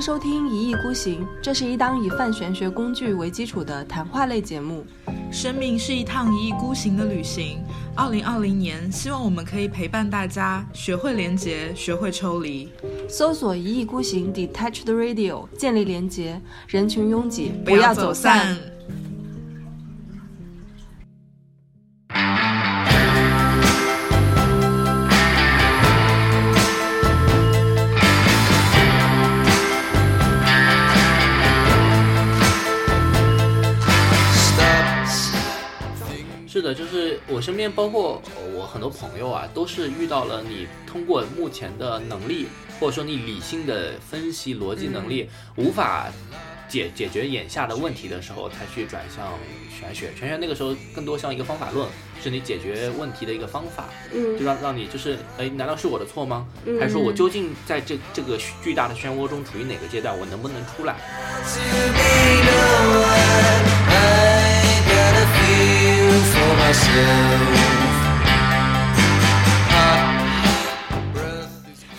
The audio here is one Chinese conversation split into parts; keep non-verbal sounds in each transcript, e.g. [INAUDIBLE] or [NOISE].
收听《一意孤行》，这是一档以泛玄学工具为基础的谈话类节目。生命是一趟一意孤行的旅行。二零二零年，希望我们可以陪伴大家，学会连结，学会抽离。搜索“一意孤行 ”（Detached Radio），建立连结，人群拥挤，不要走散。是的，就是我身边，包括我很多朋友啊，都是遇到了你通过目前的能力，或者说你理性的分析逻辑能力，无法解解决眼下的问题的时候，才去转向玄学。玄学那个时候更多像一个方法论，是你解决问题的一个方法，嗯就让让你就是，哎，难道是我的错吗？还是说我究竟在这这个巨大的漩涡中处于哪个阶段？我能不能出来？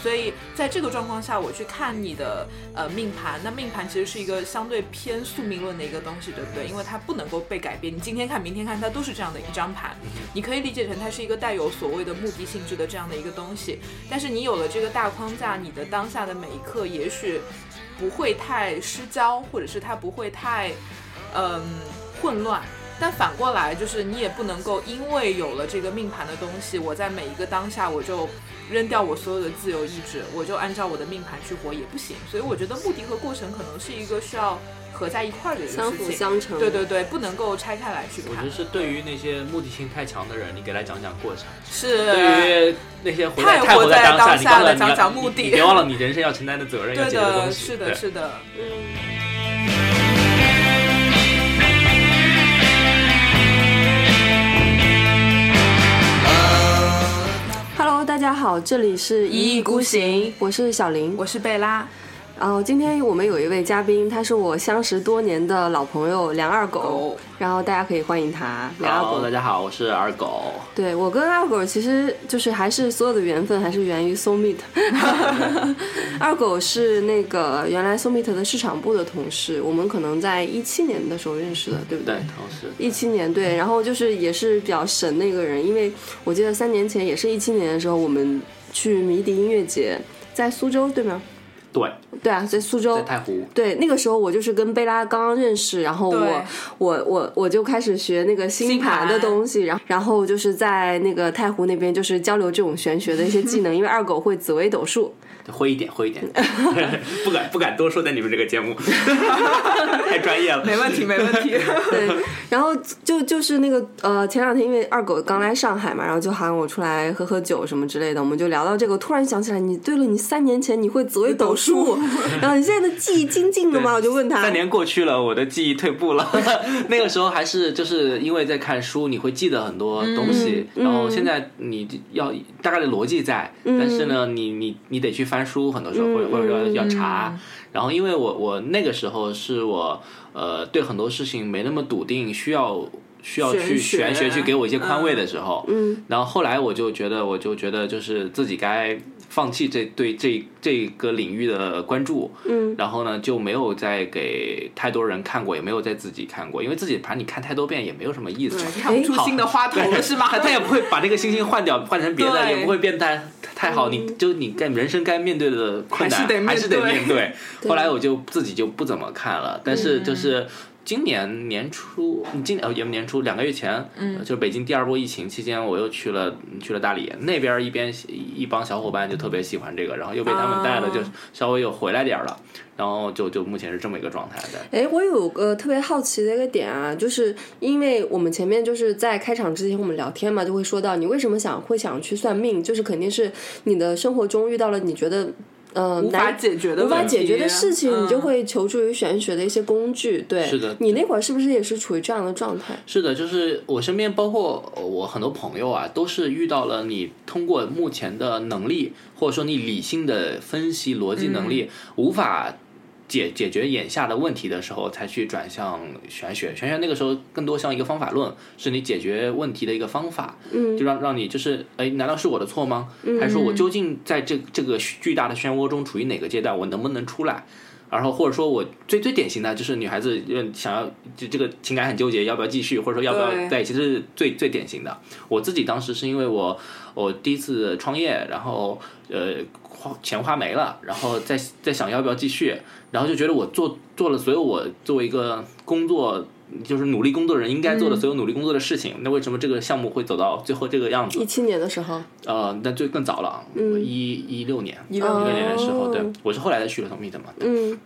所以在这个状况下，我去看你的呃命盘，那命盘其实是一个相对偏宿命论的一个东西，对不对？因为它不能够被改变，你今天看、明天看，它都是这样的一张盘。你可以理解成它是一个带有所谓的目的性质的这样的一个东西。但是你有了这个大框架，你的当下的每一刻，也许不会太失焦，或者是它不会太嗯混乱。但反过来，就是你也不能够因为有了这个命盘的东西，我在每一个当下我就扔掉我所有的自由意志，我就按照我的命盘去活也不行。所以我觉得目的和过程可能是一个需要合在一块儿的一个相事辅情。相成。对对对，不能够拆开来去我觉得看。是对于那些目的性太强的人，你给他讲讲过程。是对于那些活在太活活在当当你下忘了了你讲要讲你目的你别忘了你人生要承担的责任，要对解决东的，西。是的，对是的。 Hello，大家好，这里是一意孤行，我是小林。我是贝拉，然后今天我们有一位嘉宾，他是我相识多年的老朋友梁二狗狗，然后大家可以欢迎他梁二 Hello，大狗。家好，我是二狗。对我跟二狗其实就是还是所有的缘分还是源于 Soul [LAUGHS] Meet。二狗是那个原来 Soul Meet 的市场部的同事，我们可能在一七年的时候认识的，对不对，同时一七年对，然后就是也是比较神的一个人，因为我记得三年前也是一七年的时候，我们去迷笛音乐节，在苏州对吗？对，对啊，在苏在州。太湖。对，那个时候我就是跟贝拉刚刚认识，然后我对我我我就开始学那个星盘的东西，然后然后就是在那个太湖那边就是交流这种玄学的一些技能，因为二狗会紫微斗数，会一点，会一 [LAUGHS] 点，不敢不敢多说，在你们这个节目 [LAUGHS] 太专业了。没问题，没问 [LAUGHS] 题。对，然后就就是那个呃，前两天因为二狗刚来上海嘛，然后就喊我出来喝喝酒什么之类的，我们就聊到这个，突然想起来，你对了，你三年前你会紫微斗数，然后你现在的记忆精进了吗？我就问他， [LAUGHS] 三年过去了，我的记忆退步了。那个时候还是就是因为在看书，你会记得很多东西，然后现在你要大概的逻辑在，但是呢，你你你得去翻书，很多时候会嗯或者说要查。然后因为我我那个时候是我呃对很多事情没那么笃定，需要。需要去玄学玄学去给我一些宽慰的时候，嗯，然后后来我就觉得，我就觉得就是自己该放弃这对这这个领域的关注，嗯然后呢就没有再给太多人看过，也没有再自己看过，因为自己盘你看太多遍也没有什么意思。看不出好新的花头了是吗？他他也不会把这个星星换掉，换成别的，对也不会变太太好。你就你该人生该面对的困难，还是得面对还是得面 [LAUGHS] 对。后来我就自己就不怎么看了，但是就是。今年年初，嗯今年哦也不年初两个月前，嗯，就是北京第二波疫情期间，我又去了嗯去了大理那边一边一帮小伙伴就特别喜欢这个，然后又被他们带的啊就稍微又回来点儿了，然后就就目前是这么一个状态在。哎，我有个特别好奇的一个点啊，就是因为我们前面就是在开场之前我们聊天嘛，就会说到你为什么想会想去算命，就是肯定是你的生活中遇到了你觉得呃无法难解决的无法问题解决的事情，嗯你就会求助于玄学的一些工具。对，是的你那会儿是不是也是处于这样的状态？是的，就是我身边，包括我很多朋友啊，都是遇到了你通过目前的能力，或者说你理性的分析逻辑能力，无法解解决眼下的问题的时候，才去转向玄学。玄学那个时候更多像一个方法论，是你解决问题的一个方法。嗯，就让让你就是，哎，难道是我的错吗？还是说我究竟在这这个巨大的漩涡中处于哪个阶段？我能不能出来？然后或者说我最最典型的就是女孩子嗯想要就这个情感很纠结，要不要继续，或者说要不对要在一起，这是最最典型的。我自己当时是因为我我第一次创业，然后呃花钱花没了，然后再再想要不要继续，然后就觉得我做做了所有我作为一个工作。就是努力工作人应该做的所有努力工作的事情，那为什么这个项目会走到最后这个样子一？七年的时候，呃，那就更早了，一一六年，一六六年年的时候，对哦，我是后来才去了 Tommy 的嘛，嗯，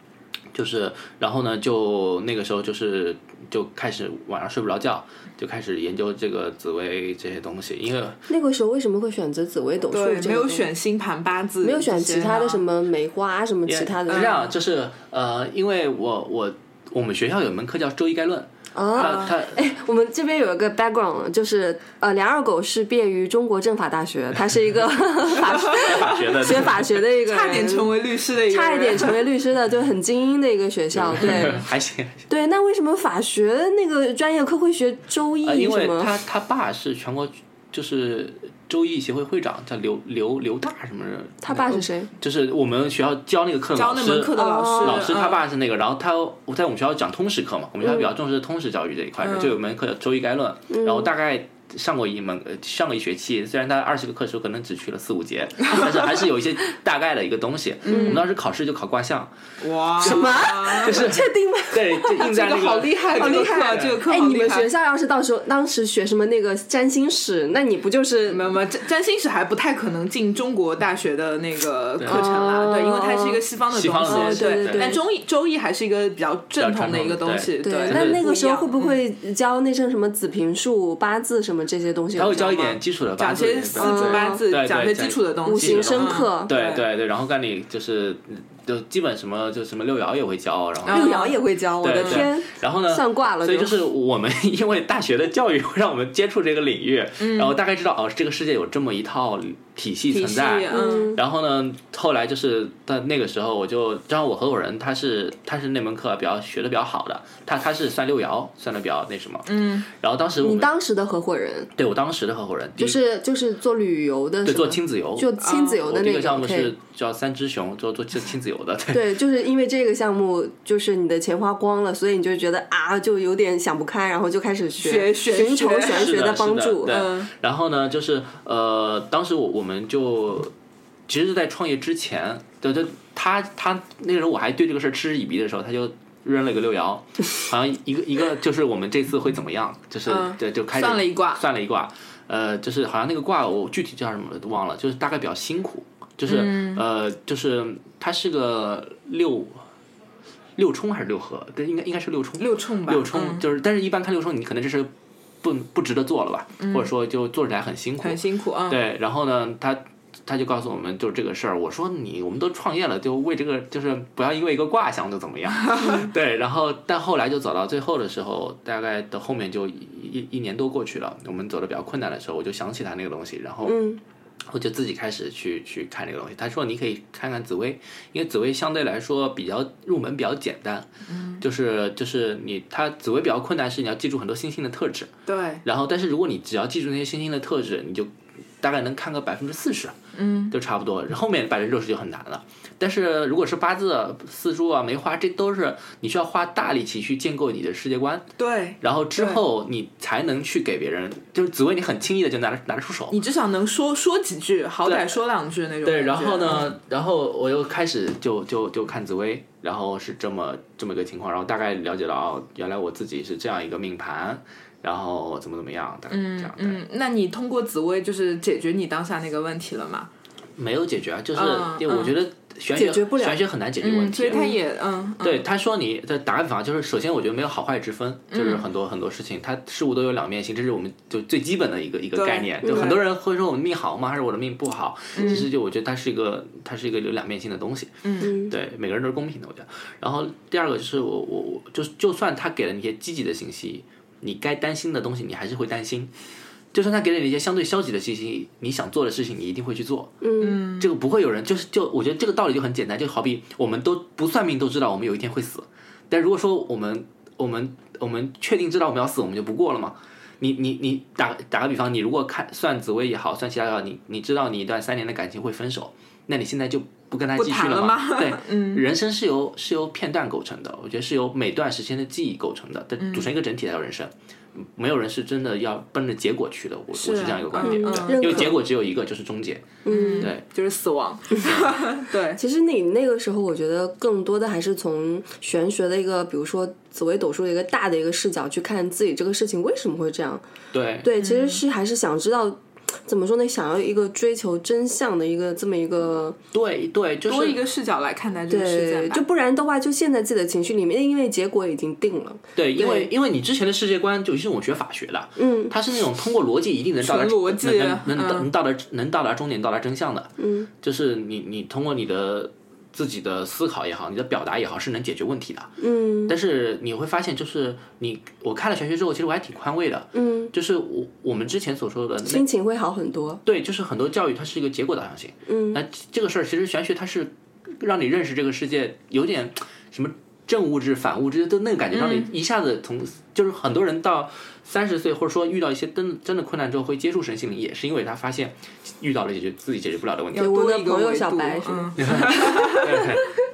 就是，然后呢，就那个时候就是就开始晚上睡不着觉，就开始研究这个紫薇这些东西，因为那个时候为什么会选择紫微斗数？对，没有选，星盘八字，没有选其他的什。么梅花啊什么其他的是这样，就是呃，因为我我我们学校有门课叫周易概论，啊。它它我们这边有一个 background，就是呃，梁二狗是毕业于中国政法大学，他是一个 [LAUGHS] 法法学的 [LAUGHS] 学法学的一个 [LAUGHS] 人，差点成为律师的一个人，差一点成为律师的，就很精英的一个学校。 [LAUGHS] 对还行，还行对，那为什么法学那个专业课会学周易呃，因什为么？他他爸是全国就是周易协会会长，叫刘刘刘大什么人，呃他爸是谁？就是我们学校教那个课 [LAUGHS] 的教老那师，门课的老师，哦老师他嗯爸是那个，然后他我在我们学校讲通识课嘛，我们学校比较重视通识教育这一块，嗯就有门课叫周易概论，然后大概。上过一门，呃上过一学期，虽然他二十个课时候可能只去了四 [LAUGHS] 五节，但是还是有一些大概的一个东西。我们当时考试就考卦象，嗯哇，什么？ [LAUGHS] 就是确定吗？对，就印嗯 [LAUGHS] 这在那个好厉害，这个这个课课这个课哎，好你厉们害学。校要是到时候当时学什么那个占星史，那你不就是没有没有，占占星史还不太可能进中国大学的那个课程啦，哦对，因为它是一个西方的西方的东东西，西对对对但周易周易还是一个比较正统的一个东西，对对。那对那个时候不会一样嗯不会教那些什么紫平术、八字什么这些东西？他会教一知道吗点基础的八讲字的些东西，四柱八字对，对讲些基础的东西，五行生嗯克对对对，然后干你就是嗯就基本什么就什么六爻也会教，然后嗯六爻也会教，我对的对天！然后呢，算卦了所以就就是我们 [LAUGHS] 因为大学的教育 [LAUGHS] 会让我们接触这个领域，嗯然后大概知道哦，这个世界有这么一套体系体存系，啊在。嗯，然后呢，后来就是在那个时候，我就正好我合伙人他是他是那门课比较学的比较好的，他他是算六爻算的比较那什么，嗯。然后当时我你们当时的合伙人对我当时的合伙人第一就是就是做旅游的，嗯对是吗做亲子游，啊就亲子游我的第一那个项目可以是叫三只熊，做做亲亲子游的，对。对，就是因为这个项目，就是你的钱花光了，所以你就觉得啊，就有点想不开，然后就开始学学学寻求学玄是学的是帮的助对。嗯然后呢，就是呃，当时我我们就其实，在创业之前，对对，他他那个时候我还对这个事儿嗤之以鼻的时候，他就。扔了一个六爻， [LAUGHS] 好像一个一个就是我们这次会怎么样，就是嗯对就开始算了一卦算了一卦，呃，就是好像那个卦我具体叫什么我都忘了，就是大概比较辛苦，就是、嗯呃，就是它是个六六冲还是六合，对，应该应该是六冲，六冲吧，六冲、嗯就是，但是一般看六冲，你可能这是不不值得做了吧，或者说就做起来很辛嗯苦。很辛苦啊。嗯对，然后呢，他他就告诉我们就这个事儿，我说你我们都创业了，就为这个就是不要因为一个卦想就 [LAUGHS] 怎么样。对，然后但后来就走到最后的时候，大概的后面就一一一年多过去了，我们走的比较困难的时候，我就想起他那个东西，然后嗯，我就自己开始去去看这个东西。他说你可以看看紫薇，因为紫薇相对来说比较入门比较简单，嗯就是就是你它紫薇比较困难是你要记住很多星星的特质，对，然后但是如果你只要记住那些星星的特质，你就大概能看个百分之四十，嗯，就差不多。后面百分之六十就很难了。但是如果是八字、四柱啊、梅花，这都是你需要花大力气去建构你的世界观，对，然后之后你才能去给别人，就是紫薇你很轻易的就拿得拿得出手。你至少能说说几句，好歹对说两句那种。对，然后？呢，然后我又开始就就就看紫薇，然后是这么这么一个情况，然后大概了解到哦，原来我自己是这样一个命盘，然后怎么怎么样，大概这样。对嗯，那你通过紫薇就是解决你当下那个问题了吗？没有解决啊，就是嗯因为我嗯觉得玄学解决不了玄学很难解决问嗯，题。所以他也嗯，嗯对，他说你的答案法就是，首先我觉得没有好坏之分，嗯就是很多很多事情，它事物都有两面性，这是我们就最基本的一个一个对概念。对嗯就很多人会说我的命好吗？还是我的命不好？其实就我觉得它是一个它是一个有两面性的东西。嗯对，每个人都是公平的，我觉得。然后第二个就是我我我就就算他给了你一些积极的信息，你该担心的东西你还是会担心；就算他给了你一些相对消极的信息，你想做的事情你一定会去做。嗯，这个不会有人就是就我觉得这个道理就很简单，就好比我们都不算命都知道我们有一天会死，但如果说我们我们我们确定知道我们要死，我们就不过了嘛。你你你打打个比方，你如果看算紫薇也好，算其他也好，你你知道你一段三年的感情会分手，那你现在就不跟他不继续谈了吗？吗 [LAUGHS] [LAUGHS] 嗯对，人生是由是由片段构成的，我觉得是由每段时间的记忆构成的，嗯但组成一个整体才叫人生。没有人是真的要奔着结果去的，我我是这样一个观点，嗯对认因为可结果只有一个，就是终结。嗯对，就是死亡。对，其实你那个时候，我觉得更多的还是从玄学的一个，比如说紫微斗数的一个大的一个视角去看自己这个事情为什么会这样。对对，其嗯实是还是想知道，怎么说呢？想要一个追求真相的一个这么一个对对，就多一是个视角来看待这个事呃，件吧。就不然的话，就陷在自己的情绪里面，因为结果已经定了。对，因为对因为你之前的世界观，就尤其是我学法学的，嗯它是那种通过逻辑一定能到达纯逻辑能能能嗯能到达能到达终点，到达真相的。嗯，就是你你通过你的自己的思考也好，你的表达也好，是能解决问题的。嗯但是你会发现，就是你我看了玄学之后，其实我还挺宽慰的。嗯，就是我我们之前所说的那心情会好很多。对，就是很多教育它是一个结果导向性。嗯那这个事儿其实玄学它是让你认识这个世界，有点什么正物质、反物质，就那个感觉，让你一下子从、就是很多人到三十岁，或者说遇到一些真真的困难之后，会接触神心灵，也是因为他发现遇到了解决自己解决不了的问题要，我多的一个朋友维小度白是嗯，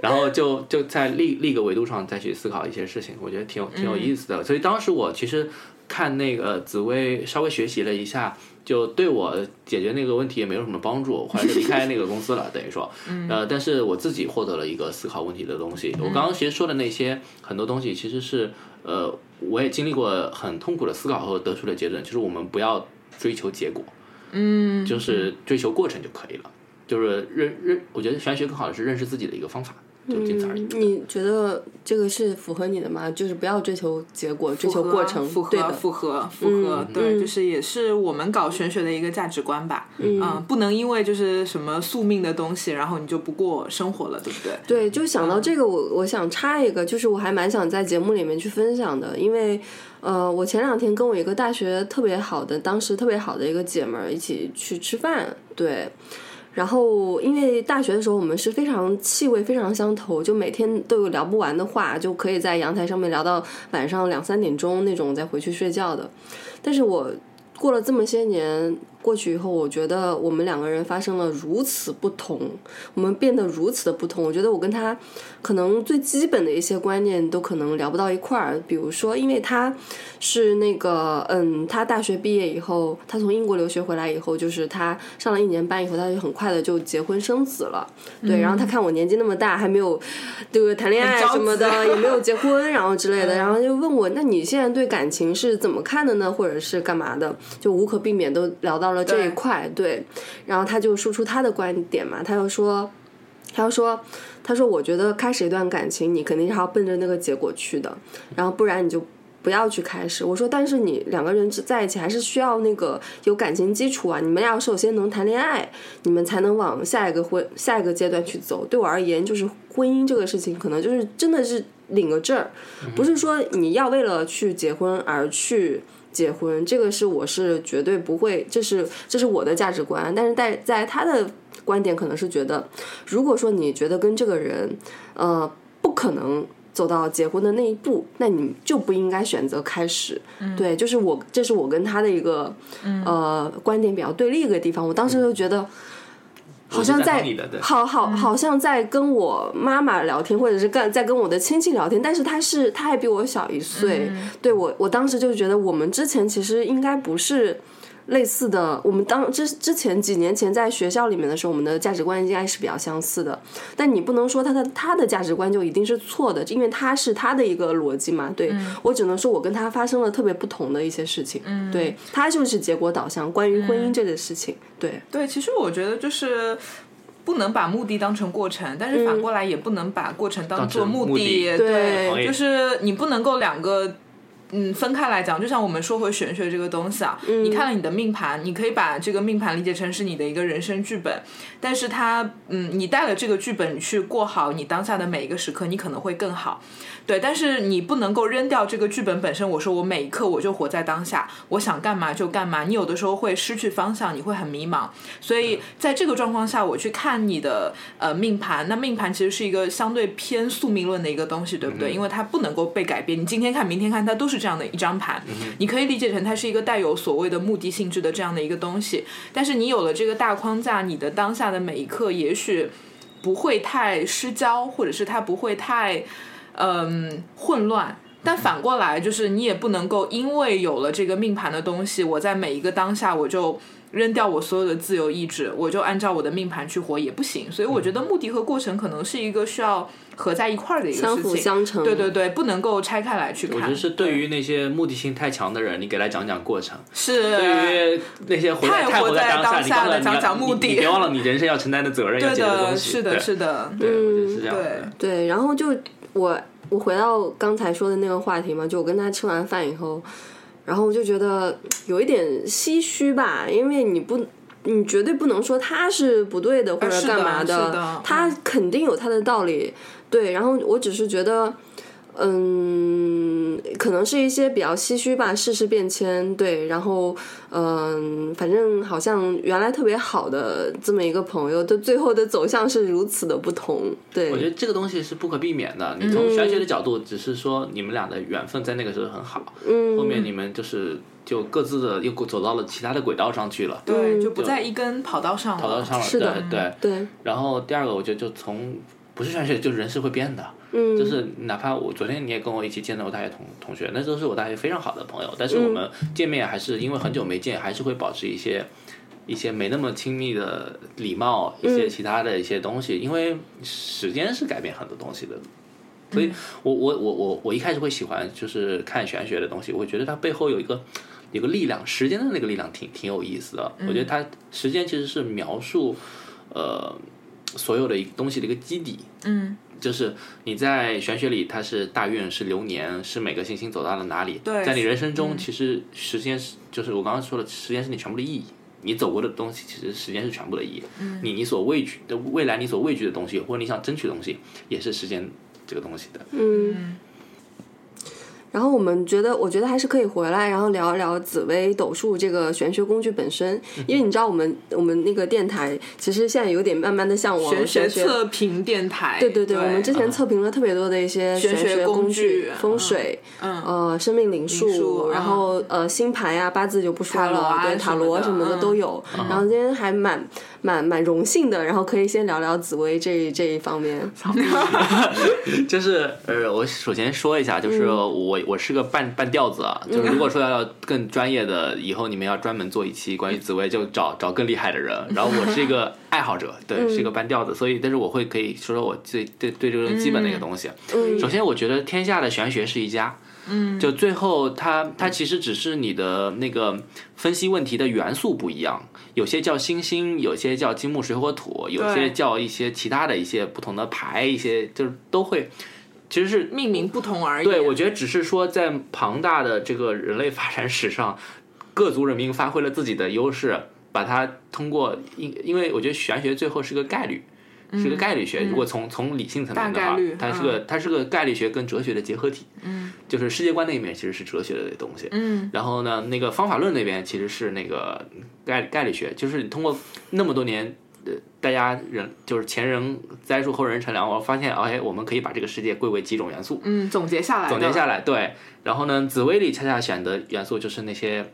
然后就就在另另一个维度上再去思考一些事情，我觉得挺有挺有意思的。所以当时我其实看那个紫薇，稍微学习了一下。就对我解决那个问题也没有什么帮助，我后来就离开那个公司了，等于说，呃，但是我自己获得了一个思考问题的东西。我刚刚其实说的那些很多东西，其实是呃，我也经历过很痛苦的思考后得出的结论，就是我们不要追求结果，嗯，就是追求过程就可以了。就是认认，我觉得玄学更好的是认识自己的一个方法，就仅此而已。嗯，你觉得这个是符合你的吗？就是不要追求结果，追求符合啊过程，符对合的。符合符合，对，就是也是我们搞玄学的一个价值观吧。嗯，不能因为就是什么宿命的东西，然后你就不过生活了，对不对？对，就想到这个，我我想插一个，就是我还蛮想在节目里面去分享的，因为，呃，我前两天跟我一个大学特别好的，当时特别好的一个姐们儿一起去吃饭，对，然后因为大学的时候我们是非常气味非常相投，就每天都有聊不完的话，就可以在阳台上面聊到晚上两三点钟那种再回去睡觉的，但是我过了这么些年过去以后，我觉得我们两个人发生了如此不同，我们变得如此的不同。我觉得我跟他可能最基本的一些观念都可能聊不到一块儿。比如说，因为他是那个，嗯，他大学毕业以后，他从英国留学回来以后，就是他上了一年班以后，他就很快的就结婚生子了。对，然后他看我年纪那么大，还没有这个谈恋爱嗯很着什么的，急也没有结婚，然后之类的，然后就问我，那你现在对感情是怎么看的呢？或者是干嘛的？就无可避免都聊到了这一对块，对。然后他就输出他的观点嘛，他又说，他又说，他说我觉得开始一段感情，你肯定是要奔着那个结果去的，然后不然你就。不要去开始，我说，但是你两个人只在一起还是需要那个有感情基础啊，你们要首先能谈恋爱，你们才能往下一个婚下一个阶段去走。对我而言，就是婚姻这个事情，可能就是真的是领个证儿，不是说你要为了去结婚而去结婚，这个是我是绝对不会，这是这是我的价值观。但是在在他的观点可能是觉得，如果说你觉得跟这个人，呃，不可能。走到结婚的那一步，那你就不应该选择开始。嗯对，就是我，这是我跟他的一个、呃观点比较对立的地方。我当时就觉得，嗯我好是像赞在同你的对嗯好好好像在跟我妈妈聊天，或者是跟在跟我的亲戚聊天，但是他是他还比我小一岁，嗯对我我当时就觉得我们之前其实应该不是。类似的，我们当之之前几年前在学校里面的时候，我们的价值观应该是比较相似的。但你不能说他的他的价值观就一定是错的，因为他是他的一个逻辑嘛。对、我只能说，我跟他发生了特别不同的一些事情。对他就是结果导向，关于婚姻这个事情，对，对，其实我觉得就是。不能把目的当成过程，但是反过来也不能把过程当做当成目的。的对同意就是你不能够两个。嗯，分开来讲，就像我们说回玄学这个东西啊，你看了你的命盘，你可以把这个命盘理解成是你的一个人生剧本，但是它，嗯，你带了这个剧本去过好你当下的每一个时刻，你可能会更好，对，但是你不能够扔掉这个剧本本身。我说我每一刻我就活在当下，我想干嘛就干嘛，你有的时候会失去方向，你会很迷茫，所以在这个状况下，我去看你的呃命盘，那命盘其实是一个相对偏宿命论的一个东西，对不对？因为它不能够被改变，你今天看、明天看，它都是这样。这样的一张盘。你可以理解成它是一个带有所谓的目的性质的这样的一个东西，但是你有了这个大框架，你的当下的每一刻也许不会太失焦，或者是它不会太嗯混乱。但反过来，就是你也不能够因为有了这个命盘的东西，我在每一个当下我就扔掉我所有的自由意志，我就按照我的命盘去活也不行。所以我觉得嗯目的和过程可能是一个需要合在一块儿的一个相事辅情，相成。对对对，不能够拆开来去看。我觉得是对于那些目的性太强的人，你给他讲讲过程；是对于那些活太在太活在在当下，你下忘的了你讲要讲目的你你别忘了你人生要承担的责任，要对解决的，东西。是的，对是的，对，我觉得嗯是这样的。对，然后就我我回到刚才说的那个话题嘛，就我跟他吃完饭以后，然后我就觉得有一点唏嘘吧，因为你不。你绝对不能说他是不对的或者啊是的干嘛是的他嗯肯定有他的道理。对，然后我只是觉得，嗯，可能是一些比较唏嘘吧，世事变迁，对，然后嗯，反正好像原来特别好的这么一个朋友，的最后的走向是如此的不同，对，我觉得这个东西是不可避免的。你从玄学的角度，只是说你们俩的缘分在那个时候很好，嗯，后面你们就是就各自的又走到了其他的轨道上去了，对，就不在一根跑道上了。跑道上了。是的对对。对，然后第二个，我觉得就从不是玄学，就人是会变的。嗯，就是哪怕我昨天你也跟我一起见到我大学同同学，那都是我大学非常好的朋友，但是我们见面还是因为很久没见，还是会保持一些一些没那么亲密的礼貌，一些其他的一些东西，因为时间是改变很多东西的。所以我，我我我我一开始会喜欢就是看玄学的东西，我觉得它背后有一个有个力量，时间的那个力量挺挺有意思的。我觉得它时间其实是描述呃所有的一东西的一个基底，嗯，就是你在玄学里，它是大运，是流年，是每个行星走到了哪里。对嗯在你人生中，其实时间是，就是我刚刚说的，时间是你全部的意义。你走过的东西，其实时间是全部的意义。嗯你你所畏惧的未来，你所畏惧的东西，或者你想争取的东西，也是时间这个东西的。嗯。然后我们觉得，我觉得还是可以回来，然后聊一聊紫薇斗数这个玄学工具本身，嗯因为你知道，我们我们那个电台其实现在有点慢慢的向往玄学玄学。测评电台，对对对，嗯我们之前测评了特别多的一些玄学学工具具、风嗯水、嗯，呃，生命灵数，灵数嗯然后呃，星盘呀、八字就不说塔了，罗啊对，什么塔罗的什么的嗯都有。然后今天还蛮蛮蛮荣幸的，然后可以先聊聊紫薇这这一方面。就是呃，我首先说一下，就是我我是个半半吊子啊，就是如果说要更专业的，以后你们要专门做一期关于紫薇，就找找更厉害的人。然后我是一个爱好者，对，是一个半吊子，所以但是我会可以说说我最对对这个基本的一个东西。嗯首先，我觉得天下的玄学是一家。嗯，就最后它它其实只是你的那个分析问题的元素不一样，有些叫星星，有些叫金木水火土，有对些叫一些其他的一些不同的牌，一些就是都会，其实是命名不同而已。对，我觉得只是说，在庞大的这个人类发展史上，各族人民发挥了自己的优势，把它通过因，因为我觉得玄学最后是个概率，是个概率学。如果从从理性层面嗯大的概话率，嗯它是个、它是个概率学跟哲学的结合体。嗯，就是世界观那一面其实是哲学的东西。嗯，然后呢，那个方法论那边其实是那个概概率学，就是你通过那么多年。呃，大家人就是前人栽树，后人乘凉。我发现，哎，我们可以把这个世界归为几种元素。嗯，总结下来，总结下，来，对。然后呢，紫薇里恰恰选的元素就是那些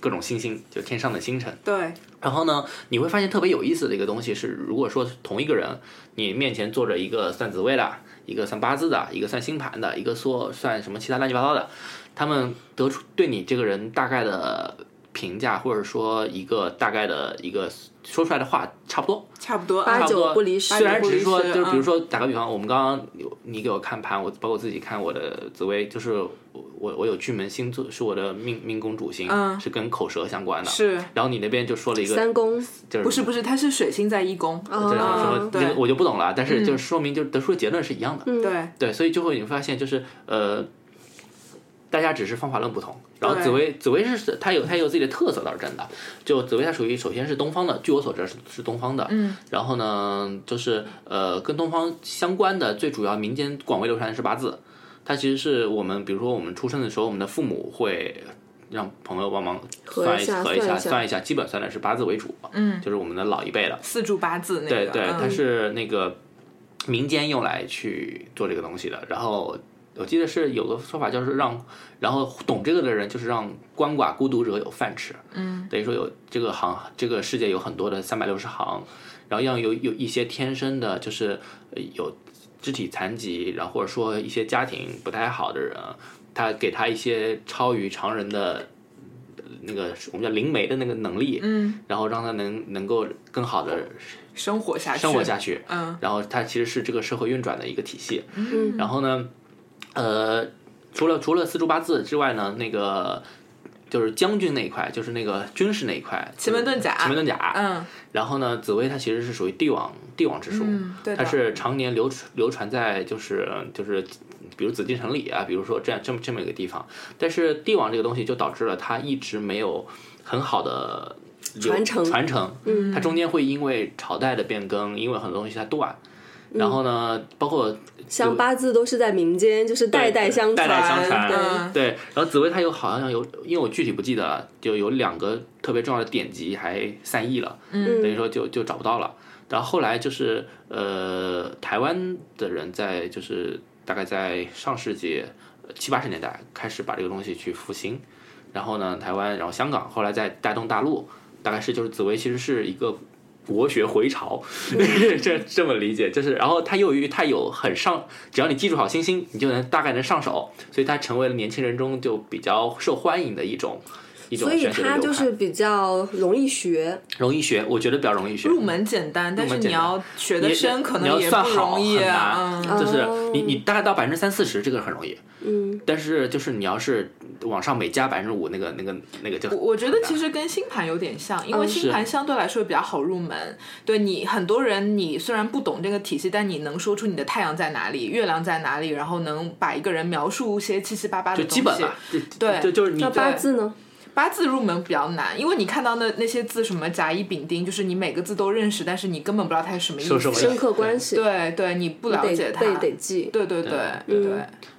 各种星星，就天上的星辰。对，然后呢，你会发现特别有意思的一个东西是，如果说同一个人，你面前坐着一个算紫薇的，一个算八字的，一个算星盘的，一个说算什么其他乱七八糟的，他们得出对你这个人大概的评价，或者说一个大概的一个说出来的话差不多。差不多，八差啊不多九不离十虽然只是说，八九不离十就是嗯比如说，打个比方，我们刚刚有你给我看盘，我包括自己看我的紫薇，就是我我我有巨门星座是我的命命宫主星，嗯是跟口舌相关的。是然后你那边就说了一个，三宫就是不是不是，它是水星在一宫，就是啊说，对嗯这个我就不懂了，但是就说明就得出的结论是一样的。对，嗯对，所以就会你会发现就是呃，大家只是方法论不同。然后对紫薇，紫薇是它有它有自己的特色，倒是真的。就紫薇，它属于首先是东方的，据我所知是是东方的。嗯。然后呢，就是呃，跟东方相关的最主要民间广为流传的是八字，它其实是我们比如说我们出生的时候，我们的父母会让朋友帮忙合算一一下合一算一下下算一下，基本算的是八字为主。嗯，就是我们的老一辈的。四柱八字那对个，对，嗯它是那个民间用来去做这个东西的。然后我记得是有个说法，就是让然后懂这个的人，就是让鳏寡孤独者有饭吃。嗯，等于说有这个行，这个世界有很多的三百六十行，然后让有有一些天生的，就是呃有肢体残疾，然后或者说一些家庭不太好的人，他给他一些超于常人的。那个我们叫灵媒的那个能力，嗯，然后让他能能够更好的生活下去，生活下去，嗯，然后它其实是这个社会运转的一个体系。然后呢，呃，除了除了四柱八字之外呢，那个就是将军那一块，就是那个军事那一块，奇门遁甲奇门遁甲，嗯，然后呢，紫薇它其实是属于帝王帝王之术，嗯对的它是常年流传流传在就是就是，比如紫禁城里啊，比如说这样这么这么一个地方。但是帝王这个东西就导致了它一直没有很好的流传承传承，它中间会因为朝代的变更，因为很多东西它断。然后呢，包括像八字都是在民间，就是代代相传，代代相传对嗯对，然后紫薇它有好像有，因为我具体不记得了，就有两个特别重要的典籍还散佚了，等于说就就找不到了。然后后来就是呃，台湾的人在就是大概在上世纪呃七八十年代开始把这个东西去复兴，然后呢，台湾，然后香港，后来再带动大陆，大概是就是紫薇其实是一个国学回潮， [LAUGHS] 这这么理解，就是然后它由于它有很上，只要你记住好星星，你就能大概能上手，所以它成为了年轻人中就比较受欢迎的一种一种所以玄学的它流就是派。比较容易学，容易学，我觉得比较容易学。入门简单，但是简你单要学你的深，可能你要也算不好容易很啊。难，嗯，就是你哦你大概到百分之三四十，这个很容易。嗯，但是就是你要是往上每加百分之五，那个那个那个就我我觉得其实跟星盘有点像，因为嗯是星盘相对来说比较好入门。对你很多人，你虽然不懂这个体系，但你能说出你的太阳在哪里，月亮在哪里，然后能把一个人描述一些七七八八的就东西。基本吧。就对就就是你那八字呢？八字入门比较难，因为你看到那那些字什么甲乙丙丁，就是你每个字都认识，但是你根本不知道它是什么意思。是什么意思深刻关系，对对，你不了得解它。背得记。对对对嗯对对。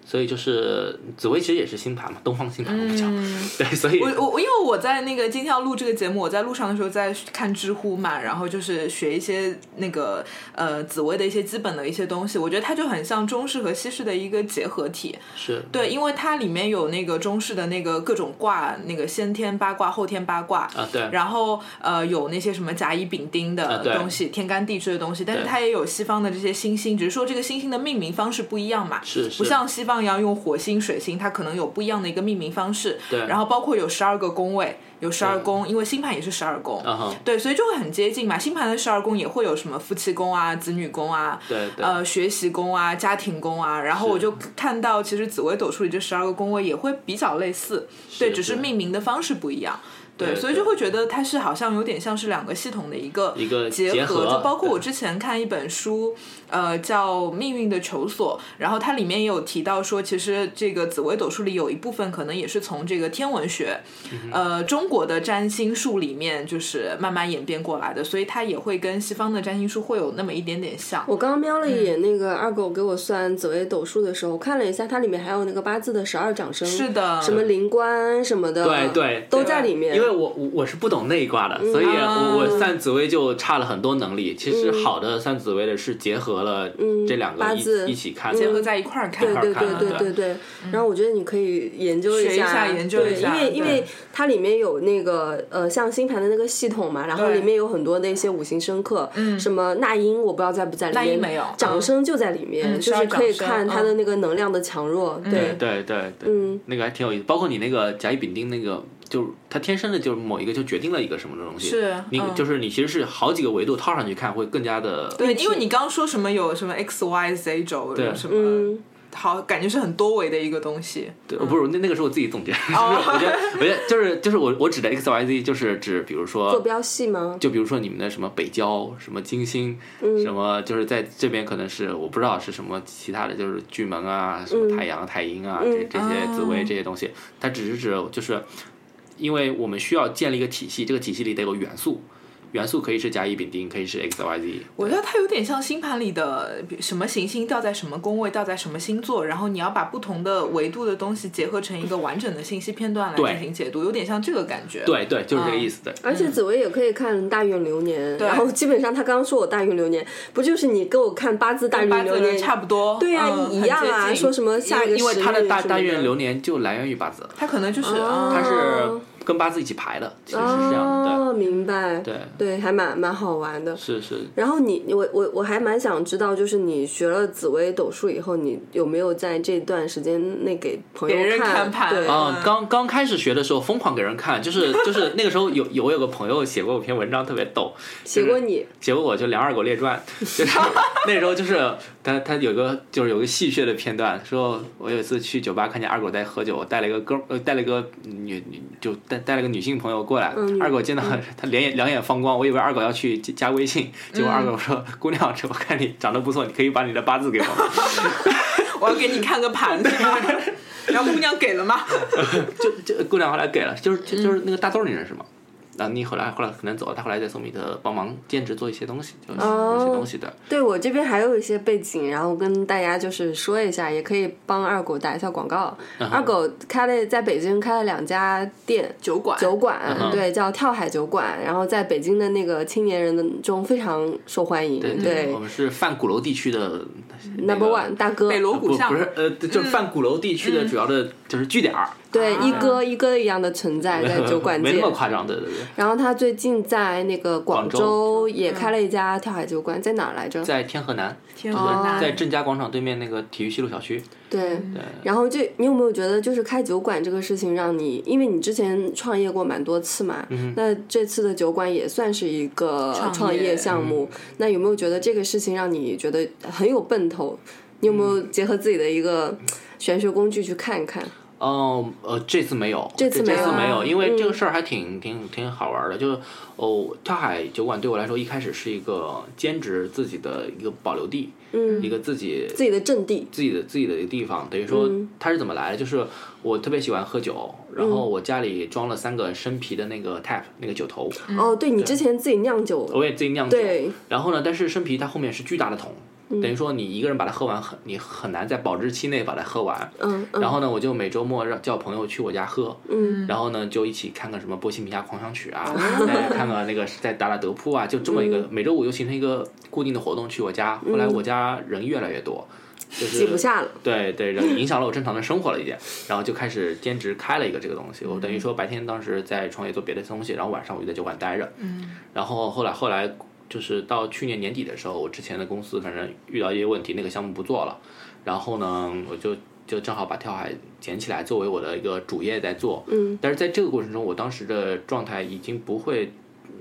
所以就是紫薇其实也是星盘嘛，东方星盘我们讲。 [LAUGHS] 对，所以嗯我我我因为我在那个今天要录这个节目，我在路上的时候在看知乎嘛，然后就是学一些那个呃紫薇的一些基本的一些东西，我觉得它就很像中式和西式的一个结合体。是对，因为它里面有那个中式的那个各种卦，那个先天八卦、后天八卦，啊，对，然后呃有那些什么甲乙丙丁啊的对东西、天干地支的东西，但是对它也有西方的这些星星，只是说这个星星的命名方式不一样嘛。是是不像西方一样用火星、水星，它可能有不一样的一个命名方式。对然后包括有十二个宫位，有十二对宫，因为星盘也是十二宫。啊哈，对，所以就会很接近嘛。星盘的十二宫也会有什么夫妻宫啊、子女宫啊，对对呃，学习宫啊、家庭宫啊。然后是我就看到，其实紫微斗数里这十二个宫位也会比较类似，对，只是对命名的方式不一样。对对，所以对就会觉得它是好像有点像是两个系统的一个一个结结合就包括对我之前看一本书，呃，叫《命运的求索》，然后它里面也有提到说，其实这个紫微斗数里有一部分可能也是从这个天文学，嗯呃，中国的占星术里面就是慢慢演变过来的，所以它也会跟西方的占星术会有那么一点点像。我刚刚瞄了嗯一眼那个二狗给我算紫微斗数的时候，我看了一下，它里面还有那个八字的十二长生，是的什么灵官什么的，对对都在里面。因为我我我是不懂内卦嗯的，所以啊我我算紫薇就差了很多能力。其实嗯好的算紫薇的是结合了这两个八一字一起看，结合在一块儿看，对对看对了对对对对，然后我觉得你可以研究嗯学一下研究对一下因为因为对它里面有那个呃，像星盘的那个系统嘛，然后对嗯里面有很多的一些五行生克，什么那英我不知道在不在里面，那英没有长生就在里面，嗯就是可以十二长生看它的那个能量的强弱，嗯对，对对对，嗯，那个还挺有意思。包括你那个甲乙丙丁那个，就是他天生的就是某一个就决定了一个什么的东西，是你、嗯就是你其实是好几个维度套上去看会更加的对，因为你刚刚说什么有什么 x y z 轴对什嗯么，好，感觉是很多维的一个东西。对，呃不是那那个是我自己总结， [LAUGHS] 就是哦我觉得我觉得就是就是我我指的 X Y Z 就是指比如坐说。标系嗯吗？就比如说你们的什么北交、什么金星、嗯什么，就是在这边可能是我不知道是什么其他的，就是巨门啊、什么嗯太阳、太阴啊，这这些紫薇哦这些东西，它只是指就是，因为我们需要建立一个体系，这个体系里得有元素，元素可以是甲乙丙丁，可以是 X Y Z。我觉得它有点像星盘里的比什么行星掉在什么宫位，掉在什么星座，然后你要把不同的维度的东西结合成一个完整的信息片段来对进行解读，有点像这个感觉。，对对，就是这个意思。对，啊而且紫薇也可以看大运流年，然后基本上他刚刚说我大运流年，不就是你跟我看八字大运八流字的年差不多。对呀嗯一样啊很接近说什么下一个因为时它的运大什么大的运流年就来源于八字，它可能就是哦嗯它是跟八字一起排的，其实是这样的。哦，明白，对对，还蛮蛮好玩的。是是，然后你你我我我还蛮想知道，就是你学了紫微斗数以后，你有没有在这段时间内给朋友别人看看盘对，啊嗯，刚刚开始学的时候疯狂给人看，就是 [LAUGHS] 就是那个时候有有我有个朋友写过一篇文章特别逗，写过你结果我就《梁二狗列传》， [LAUGHS] 就是那时候就是他他有个就是有个戏谑的片段，说我有一次去酒吧看见二狗在喝酒，我带了一个哥呃带了一个女女就带带了个女性朋友过来，嗯嗯二狗见到他两眼两眼放光，我以为二狗要去加加微信，结果二狗说、姑娘，这我看你长得不错，你可以把你的八字给我吗。我要给你看个盘是吧？ [LAUGHS] 然后姑娘给了吗？就就姑娘后来给了，就是就嗯就是那个大豆儿你认识吗？啊，你后来后来可能走了，他后来在松米特帮忙兼职做一些东西，就是哦一些东西的。对我这边还有一些背景，然后跟大家就是说一下，也可以帮二狗打一下广告。嗯二狗开了在北京开了两家店。酒馆， [LAUGHS] 酒馆、嗯哼对，叫跳海酒馆，然后在北京的那个青年人的中非常受欢迎，对我们是泛鼓楼地区的那 Number 个 One 大哥，北锣不鼓巷嗯不是呃，就是泛鼓楼地区的主要的就是据点儿， [LAUGHS] 对一啊哥一哥一样的存在 [LAUGHS] 在酒馆没那界么。夸张，对对对，然后他最近在那个广广州也开了一家跳海酒馆，在哪儿来着？在天河南，天河南在正佳广场对面那个体育西路小区，对。然后这你有没有觉得，就是开酒馆这个事情让你，因为你之前创业过蛮多次嘛，嗯那这次的酒馆也算是一个创业创业项目，嗯那有没有觉得这个事情让你觉得很有奔头？你有没嗯有结合自己的一个玄学工具去看一看？哦，呃，这次没有，这这次没有次啊没有，因为嗯这个事儿还挺、挺挺好玩的。就是哦，跳海酒馆对我来说一开始是一个兼职自己的一个保留地，嗯一个自己自己的阵地，自己的自己的一个地方，等于说嗯它是怎么来的？就是我特别喜欢喝酒，然后我家里装了三个生啤的那个 tap 那个酒头，哦，对你之前自己酿酒，我也自己酿酒。对，嗯然后呢，但是生啤它后面是巨大的桶，等于说你一个人把它喝完很你很难在保质期内把它喝完。嗯嗯然后呢，我就每周末让叫朋友去我家喝，嗯哦然后呢就一起看看什么《波西米亚狂想曲》啊，再看看那个再打打德扑啊，就这么一个、嗯每周五就形成一个固定的活动去我家。后来我家人越来越多，就是挤不下了。对对，然后影响了我正常的生活了一点，然后就开始兼职开了一个这个东西。我等于说白天当时在创业做别的东西，然后晚上我就在酒馆待着。嗯，然后后来后来就是到去年年底的时候，我之前的公司反正遇到一些问题，那个项目不做了。然后呢，我就就正好把跳海捡起来作为我的一个主业在做。嗯，但是在这个过程中，我当时的状态已经不会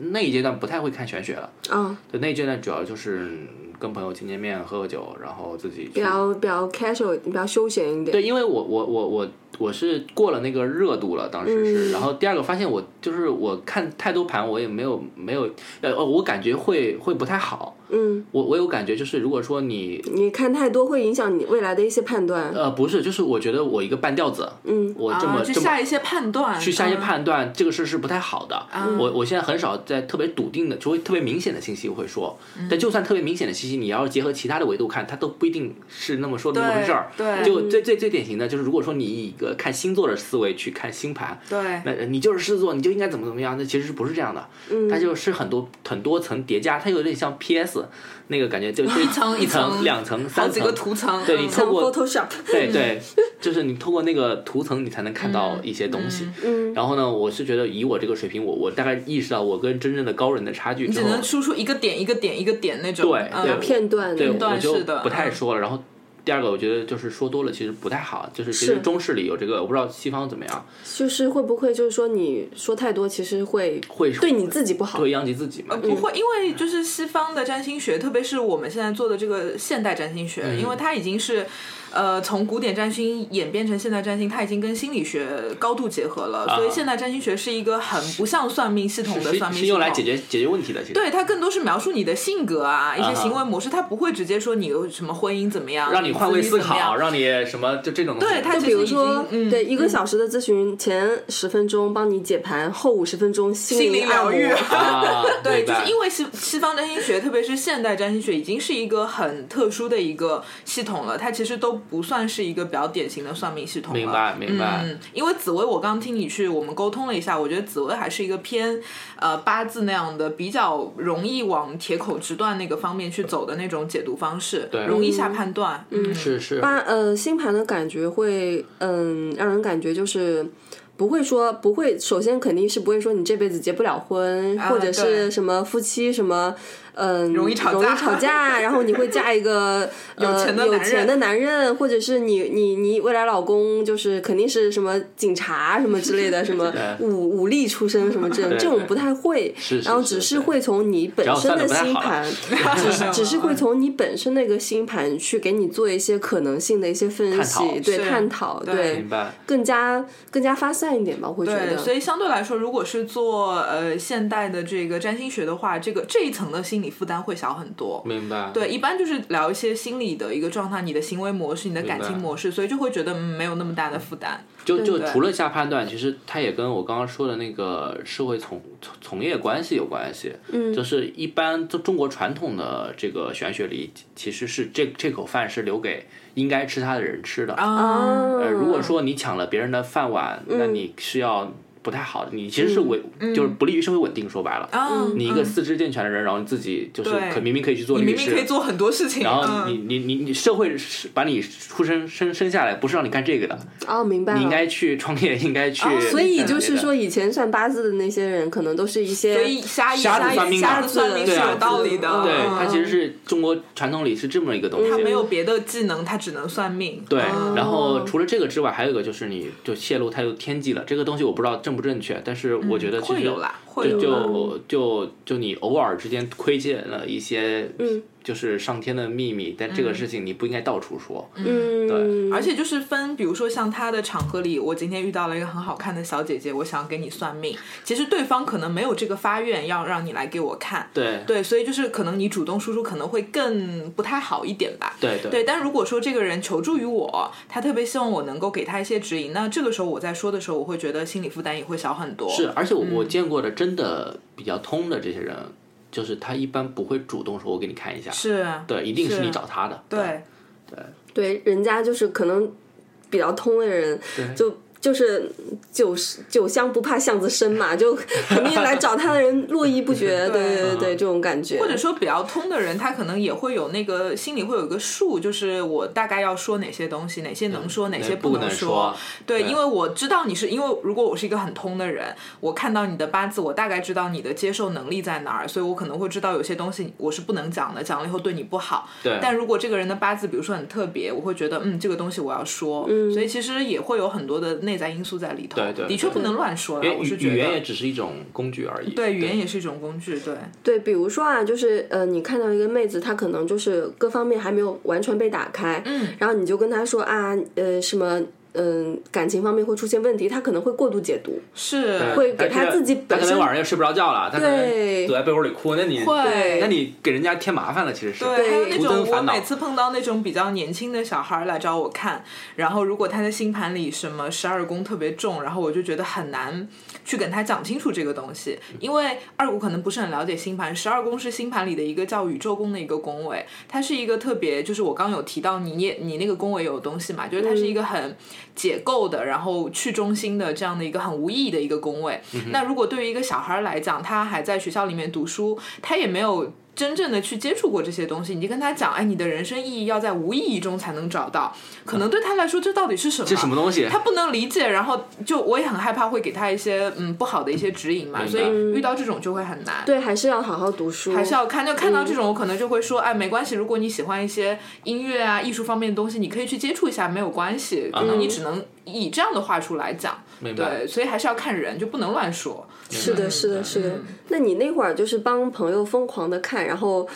那一阶段不太会看玄学了。啊，对，那一阶段主要就是跟朋友见见面、喝喝酒，然后自己去比较比较 casual，比较休闲一点。对，因为我我我我我是过了那个热度了，当时是。嗯然后第二个发现我就是我看太多盘，我也没有没有呃，哦我感觉会会不太好。嗯，我我有感觉就是，如果说你你看太多会影响你未来的一些判断。呃不是，就是我觉得我一个半吊子，嗯，我这么、啊去这么下一些判断，去下一些嗯判断，这个事是不太好的。我我现在很少在特别笃定的，除非特别明显的信息我会说，嗯但就算特别明显的信息，你要是结合其他的维度看，它都不一定是那么说的那么回事儿。对对就最最最典型的就是，如果说你以一个看星座的思维去看星盘，对。那你就是狮子座，你就应该怎么怎么样，那其实是不是这样的？嗯它就是很多很多层叠加，它有点像 PS 那个感觉，就一层 [LAUGHS] 一一层两层、好三几层，个图层，对你嗯透像过 Photoshop。 [LAUGHS] 对对，就是你通过那个图层，你才能看到一些东西。嗯然后呢，我是觉得以我这个水平，我我大概意识到我跟真正的高人的差距你之只后，能输出一个点一个点一个点那种，对嗯对片段，啊对段我就式的不太嗯说了。然后第二个，我觉得就是说多了其实不太好，就是其实是中式里有这个，我不知道西方怎么样，就是会不会就是说你说太多，其实会会对你自己不好会。殃及自己嘛？呃不会，因为嗯就是西方的占星学，特别是我们现在做的这个现代占星学，因为它已经是呃，从古典占星演变成现代占星，它已经跟心理学高度结合了，所以现代占星学是一个很不像算命系统的啊是算命系统，是用来解决解决问题的，其实对，它更多是描述你的性格啊，一些哈行为模式，它不会直接说你有什么婚姻怎么样，让你换位子思女怎么样考，让你什么就这种东西。对它就比如说，嗯对一个小时的咨询，前十分钟帮你解盘，后五十分钟心心灵灵疗按摩愈。 [LAUGHS] 啊， [LAUGHS] 对，明就白是因为西西方占星学，特别是现代占星学，已经是一个很特殊的一个系统了。它其实都不算是一个比较典型的算命系统了。明白明白嗯，因为紫薇，我刚听你去我们沟通了一下，我觉得紫薇还是一个偏呃八字那样的，比较容易往铁口直断那个方面去走的那种解读方式，对容易下判断。嗯，是是，那呃，星盘的感觉会，嗯，让人感觉就是不会说不会，首先肯定是不会说你这辈子结不了婚，或者啊对是什么夫妻什么，嗯，容易吵容架易吵架，然后你会嫁 [LAUGHS] 一个有钱的呃、有男人钱的男人，或者是你你你未来老公就是肯定是什么警察什么之类的，[LAUGHS] 什么武武力出身什么这种，这种对不太会，是然后是只对是会从你本要身哦算得的不太星好盘了，只是 [LAUGHS] 只是会嗯从你本身那个星盘去给你做一些可能性的一些分析，探讨对是探讨，对对明白。更加更加发散一点吧，我会觉对，得。所以相对来说，如果是做呃现代的这个占星学的话，这个这一层的心理负担会小很多。明白，对，一般就是聊一些心理的一个状态，你的行为模式、你的感明白情模式，所以就会觉得嗯没有那么大的负担。就就对除了下判断，其实它也跟我刚刚说的那个社会从从从业关系有关系。嗯，就是一般中中国传统的这个玄学里，其实是这这口饭是留给应该吃它的人吃的。啊，哦呃，如果说你抢了别人的饭碗，那嗯你是要不太好的，你其实是违，就是不利于社会稳定。说白了，啊你一个四肢健全的人，然后你自己就是对可明明可以去做你律明师，明可以做很多事情，然后你嗯、你你你社会是把你出生生生下来，不是让你干这个的，哦，明白你了。应该去创业，应该哦去。所以干就别是的说，以前算八字的那些人，可能都是一些所以瞎瞎子子算命嘛瞎子算命是对啊有道理的，嗯对，嗯它其实是中国传统里是这么一个东西。他没有别的技能，他只能算命。对嗯，然后除了这个之外，还有一个就是你就泄露太多天机了。这个东西我不知道正不正确，但是我觉得其实嗯会有啦，会就有啦。就就就你偶尔之间窥见了一些，嗯就是上天的秘密，但这个事情你不应该到处说。嗯，而且就是分，比如说像他的场合里，我今天遇到了一个很好看的小姐姐，我想给你算命。其实对方可能没有这个发愿要让你来给我看，对对，所以就是可能你主动输出可能会更不太好一点吧。对对对，但如果说这个人求助于我，他特别希望我能够给他一些指引，那这个时候我在说的时候，我会觉得心理负担也会小很多。是，，而且我我见过的真的比较通的这些人，就是他一般不会主动说“我给你看一下”，是，对，一定是是你找他的。对，对，人家就是可能比较通的人，就就是酒酒香不怕巷子深嘛，就肯定来找他的人络绎不 [LAUGHS] 绝。对对对对，这种感觉。或者说比较通的人，他可能也会有那个心里会有一个数，就是我大概要说哪些东西，哪些能说，哪些嗯不能说。对，因为我知道你是因为如果我是一个很通的人，我看到你的八字，我大概知道你的接受能力在哪儿，所以我可能会知道有些东西我是不能讲的，讲了以后对你不好。对但如果这个人的八字，比如说很特别，我会觉得嗯，这个东西我要说。所以其实也会有很多的内在因素在里头。嗯对对的确对不能乱说啦。我是语觉得语言也只是一种工具而已。对，语言也是一种工具。对，对，比如说啊，就是呃，你看到一个妹子，她可能就是各方面还没有完全被打开，嗯，然后你就跟她说啊，呃，什么，嗯、感情方面会出现问题，她可能会过度解读，是会给他他自己他本可能身晚上又睡不着觉了，他可能对躲在被窝里哭，那你会那你给人家添麻烦了，其实是对，还有那徒增种我烦恼每。次碰到那种比较年轻的小孩儿来找我看，然后如果他的星盘里什么十二宫特别重，然后我就觉得很难去跟他讲清楚这个东西，嗯因为二姑可能不是很了解星盘，十二宫是星盘里的一个叫宇宙宫的一个宫位，它是一个特别，就是我刚有提到你也你那个宫位有东西嘛，就是它是一个很解构的，然后去中心的这样的一个很无意义的一个宫位。嗯那如果对于一个小孩儿来讲，他还在学校里面读书，他也没有真正的去接触过这些东西，你就跟他讲，哎，你的人生意义要在无意义中才能找到，可能对他来说这到底是什么？这什么东西他不能理解，然后就我也很害怕会给他一些嗯不好的一些指引嘛，明白所以遇到这种就会很难。对，还是要好好读书，还还是要看，就看到这种，我可能就会说，哎，没关系，如果你喜欢一些音乐啊、艺术方面的东西，你可以去接触一下，没有关系。可能你只能以这样的话术来讲，白对，所以还是要看人，就不能乱说。是的，是的，是的。嗯那你那会儿就是帮朋友疯狂的看，然后，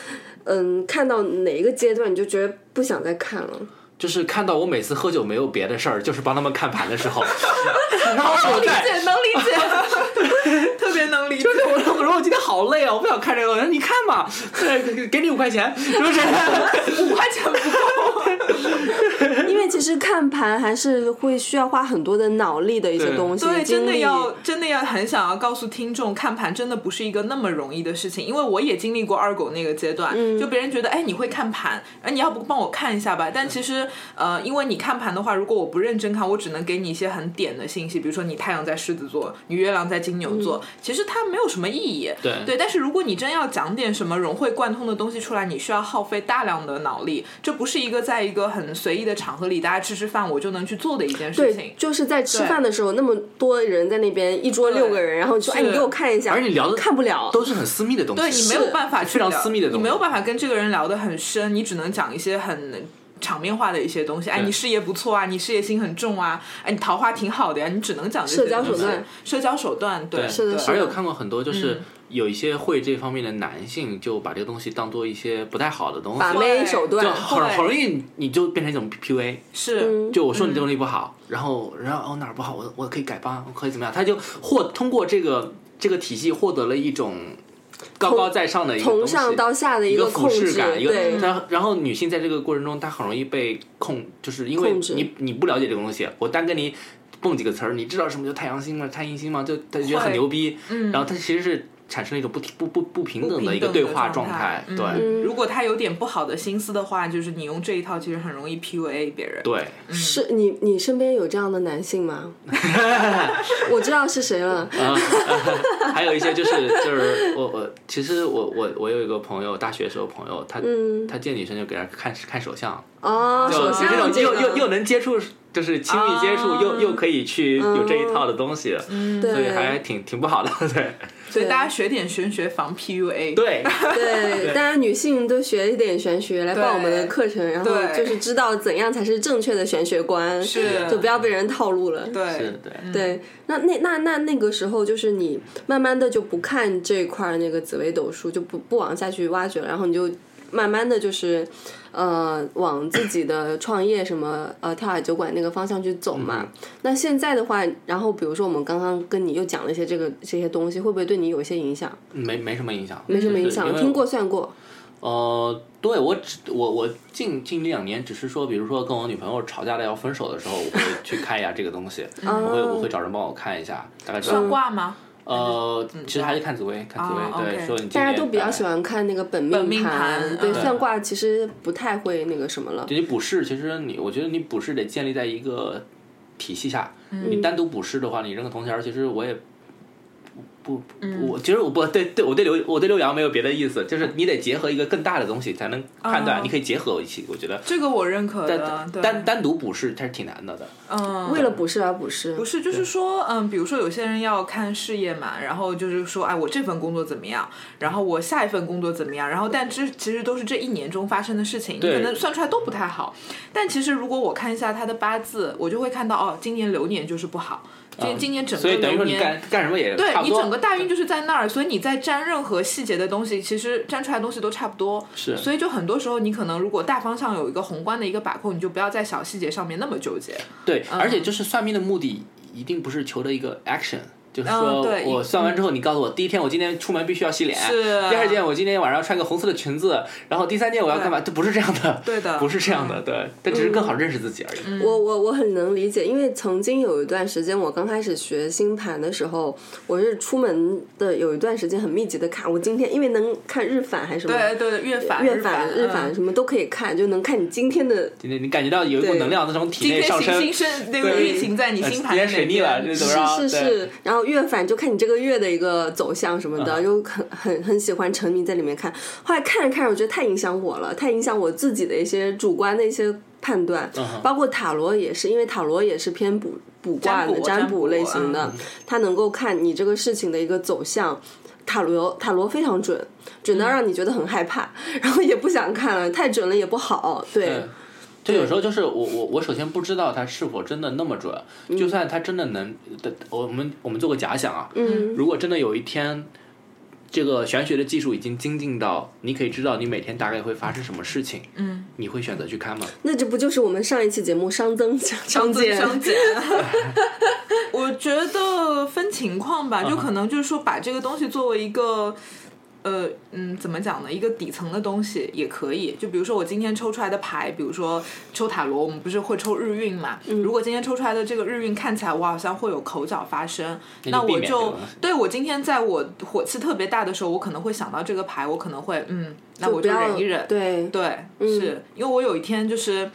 嗯，看到哪一个阶段你就觉得不想再看了？就是看到我每次喝酒没有别的事儿，就是帮他们看盘 [LAUGHS] 的时候， [LAUGHS] 然后我理在解，能理解，特别能理解就。是我说我说我今天好累啊，我不想看这个。我说你看吧，对，给你五块钱，是 [LAUGHS] 不是？五块 [LAUGHS] 钱不够，因为其实看盘还是会需要花很多的脑力的一些对东西，对，真精的力要真的要很想要告诉听众，看盘真的不是一个那么容易的事情，因为我也经历过二狗那个阶段，嗯就别人觉得哎你会看盘，哎你要不帮我看一下吧？但其实呃，因为你看盘的话，如果我不认真看，我只能给你一些很点的信息，比如说你太阳在狮子座，你月亮在金牛座，嗯其实它没有什么意义。对对，但是如果你真要讲点什么融会贯通的东西出来，你需要耗费大量的脑力，这不是一个在一个很随意的场合里大家吃吃饭我就能去做的一件事情对，。就是在吃饭的时候，那么多人在那边一桌六个人，然后你说哎，你给我看一下，而且你聊的看不了，都是很私密的东西。对你没有办法去非常聊私密的东西你没有办法跟这个人聊得很深，你只能讲一些很场面化的一些东西。哎，对你事业不错啊，你事业心很重啊，哎，你桃花挺好的呀，你只能讲这些社交手东西段，社交手段，对，是的对是而的嗯且我看过很多，就是有一些会这方面的男性，就把这个东西当做一些不太好的东西，把妹手就段，很对很容易你就变成一种 PUA。嗯是。就我说你这东西不好，然后然后哦哪儿不好，我我可以改吧，我可以怎么样？他就获通过这个这个体系获得了一种高高在上的一个从东西上到下的一个俯控制视，感，一个嗯对，然后然后女性在这个过程中，她很容易被控，就是因为控制你你不了解这个东西，我单跟你蹦几个词儿，你知道什么叫太阳星吗？太阴星吗？就她觉得很会牛逼，嗯然后她其实是产生了一种不不不不平等的一个不平等的对话状态态，对、嗯如果他有点不好的心思的话，就是你用这一套，其实很容易 PUA 别人。对，是你你身边有这样的男性 [LAUGHS] 吗？我知道是谁了，还有一些就是就是我我其实我我我有一个朋友，大学时候朋友，他、嗯他见女生就给她看看手相，哦，就手是这相种又个又又能接触，就是亲密接触，啊又又可以去有这嗯一套的东西，所以还对挺挺不好 [LAUGHS] 的，对所以大家学点玄学防 PUA。 [LAUGHS] 对。对，大家女性都学一点玄学来报我们的课程，然后对就是知道怎样才是正确的玄学观，是就不要被人套路了。是对，对，对，那那那那那个时候，就是你慢慢的就不看这块儿那个紫微斗数，就不不往下去挖掘了，然后你就慢慢的就是呃往自己的创业什么呃跳海酒馆那个方向去走嘛。嗯那现在的话，然后比如说我们刚刚跟你又讲了一些这个这些东西，会不会对你有一些影响？没没什么影响，没什么影就是响，因为听过算过。呃，对我只我我近近这两年只是说，比如说跟我女朋友吵架了要分手的时候，我会去看一下这个 [LAUGHS] 东西，我会哦我会找人帮我看一下，大概知道算卦吗？呃，其实还是看紫薇，看紫薇，啊对， OK 说你今嗯哦大家年都比较大概喜。欢看那个本本命命盘对嗯算卦其实不太会那个什么了。就你补市，其实你我觉得你补市得建立在一个体系下，嗯你单独补市的话，你扔个铜钱儿，其实我也。不不，嗯不我其实我不对对，我对刘我对刘洋没有别的意思，就是你得结合一个更大的东西才能判断，哦你可以结合一起，我觉得这个我认可的单。对，单单独补市它是挺难的的，嗯，为了补视而补视，不是，就是说，嗯，比如说有些人要看事业嘛，然后就是说，哎，我这份工作怎么样，然后我下一份工作怎么样，然后但这其实都是这一年中发生的事情，你可对能算出来都不太好。但其实如果我看一下他的八字，我就会看到，哦，今年流年就是不好，今、今年整嗯所个以等于流说你年干干什么也对差不你多。整个大运就是在那儿，所以你在占任何细节的东西，其实占出来的东西都差不多。是所以就很多时候你可能如果大方向有一个宏观的一个把控，你就不要在小细节上面那么纠结。对，嗯而且就是算命的目的一定不是求得一个 action，就是嗯说对我算完之后，你告诉我，第一天我今天出门必须要洗脸，是啊第二件我今天晚上穿个红色的裙子，然后第三件我要干嘛？这不是这样的，对的嗯不是这样的，对，这只是更好认识自己而已。我我我很能理解，因为曾经有一段时间，我刚开始学星盘的时候，我是出门的有一段时间很密集的看，我今天因为能看日返还是什么。对对对，越反月反返、日返嗯什么都可以看，就能看你今天的今天你感觉到有一股对能量在从体今内天哎上行升，星是那个对运行在你呃星今盘天里水逆了，面这怎么着？是是对是，然后月返就看你这个月的一个走向什么嗯的，就很很很喜欢沉迷在里面看。后来看着看着，我觉得太影响我了，太影响我自己的一些主观的一些判断，嗯包括塔罗也是，因为塔罗也是偏卜卜卦的占卜占占卜嗯类型的，它能够看你这个事情的一个走向。塔罗塔罗非常准，准嗯到让你觉得很害怕， [LAUGHS] 然后也不想看了，太准了也不好。对，嗯嗯就有时候就是我我我首先不知道它是否真的那么准，嗯就算它真的能，的我们我们做个假想啊，嗯如果真的有一天这个玄学的技术已经精进到你可以知道你每天大概会发生什么事情，嗯，你会选择去看吗？嗯那这不就是我们上一期节目商增商减？相减。啊 [LAUGHS] 我觉得分情况吧，嗯就可能就是说把这个东西作为一个。呃，嗯，怎么讲呢？一个底层的东西也可以，就比如说我今天抽出来的牌，比如说抽塔罗，我们不是会抽日运嘛？嗯如果今天抽出来的这个日运看起来我好像会有口角发生，那避我免这就个对我今天在我火气特别大的时候，我可能会想到这个牌，我可能会嗯，那我不就要忍一忍，对，对，是因为我有一天就是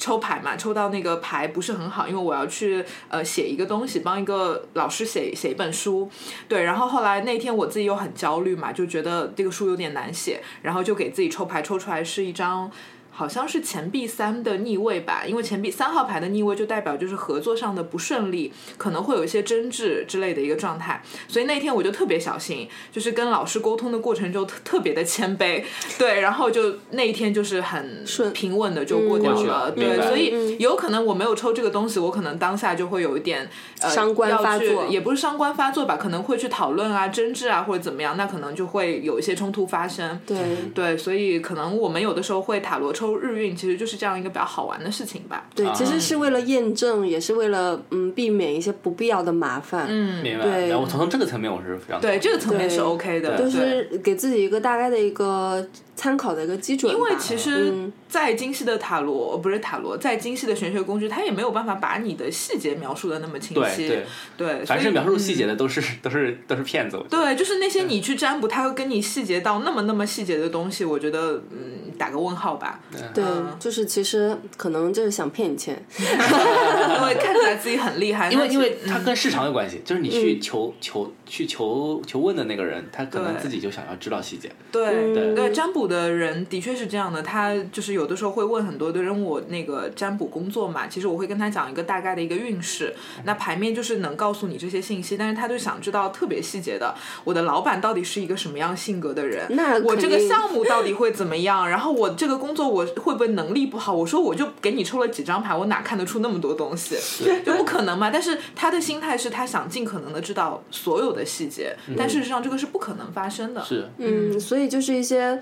抽牌嘛，抽到那个牌不是很好，因为我要去呃写一个东西，帮一个老师写写一本书，对。然后后来那天我自己又很焦虑嘛，就觉得这个书有点难写，然后就给自己抽牌，抽出来是一张。好像是钱币三的逆位吧，因为钱币三号牌的逆位就代表就是合作上的不顺利，可能会有一些争执之类的一个状态，所以那天我就特别小心，就是跟老师沟通的过程中特特别的谦卑，对，然后就那一天就是很顺平稳的就过掉过去了，了明对，白所以有可能我没有抽这个东西，我可能当下就会有一点呃伤官发作要去也不是伤官发作吧，可能会去讨论啊、争执啊或者怎么样，那可能就会有一些冲突发生，对对对，所以可能我们有的时候会塔罗抽日运，其实就是这样一个比较好玩的事情吧。对，其实是为了验证，也是为了嗯避免一些不必要的麻烦。嗯，明对白。然后从这个层面我是非常对，这个层面对是 OK 的，就对。是给自己一个大概的一个参考的一个基准吧。因为其实嗯，再精细的塔罗，不是塔罗，再精细的玄学工具，它也没有办法把你的细节描述的那么清对晰。对，对，凡所是以描述细节。嗯的都是都是都是骗子，我觉得对，就是那些你去占卜，他会跟你细节到那么那么细节的东西，我觉得嗯，打个问号吧。对嗯，就是其实可能就是想骗你钱。 [LAUGHS] 因为看起来自己很厉害，因为那因为它跟市场有关系，就是你嗯去求求去求求问的那个人，他可能对自己就想要知道细节。对嗯对，占卜的人的确是这样的，他就是有的时候会问很多的人，我那个占卜工作嘛，其实我会跟他讲一个大概的一个运势，那牌面就是能告诉你这些信息，但是他就想知道特别细节的，我的老板到底是一个什么样性格的人，那我肯这个定项目到底会怎么样，然后我这个工作我会不会能力不好，我说我就给你抽了几张牌，我哪看得出那么多东西，就不可能嘛。但是他的心态是他想尽可能的知道所有的细节，但事实上这个是不可能发生的，是，嗯，所以就是一些。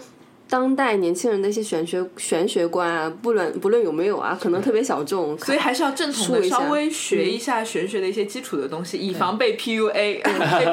当代年轻人的一些玄学玄学观啊，不论不论有没有啊，可能特别小众，所以还是要正统说的，一下稍微学一嗯下玄学的一些基础的东西，以防被 PUA [LAUGHS] 被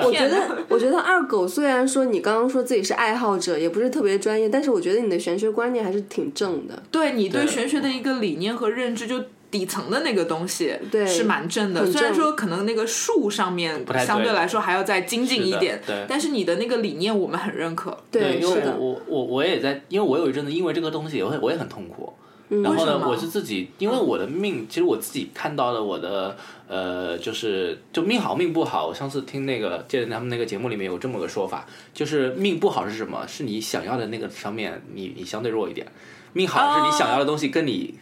我觉骗得，我觉得二狗虽然说你刚刚说自己是爱好者，也不是特别专业，但是我觉得你的玄学观念还是挺正的。对你对对玄学的一个理念和认知，就底层的那个东西，对是蛮正的。很虽然正说可能那个术上面太对相对来说还要再精进一点是的对，但是你的那个理念我们很认可。对，因是为的，我我我也在，因为我有一阵子因为这个东西，我也我也很痛苦。然后嗯为什呢，么我是自己，因为我的命，其实我自己看到了我的呃，就是就命好命不好。我上次听那个见他们那个节目里面有这么个说法，就是命不好是什么？是你想要的那个方面，你你相对弱一点；命好是你想要的哦东西跟你。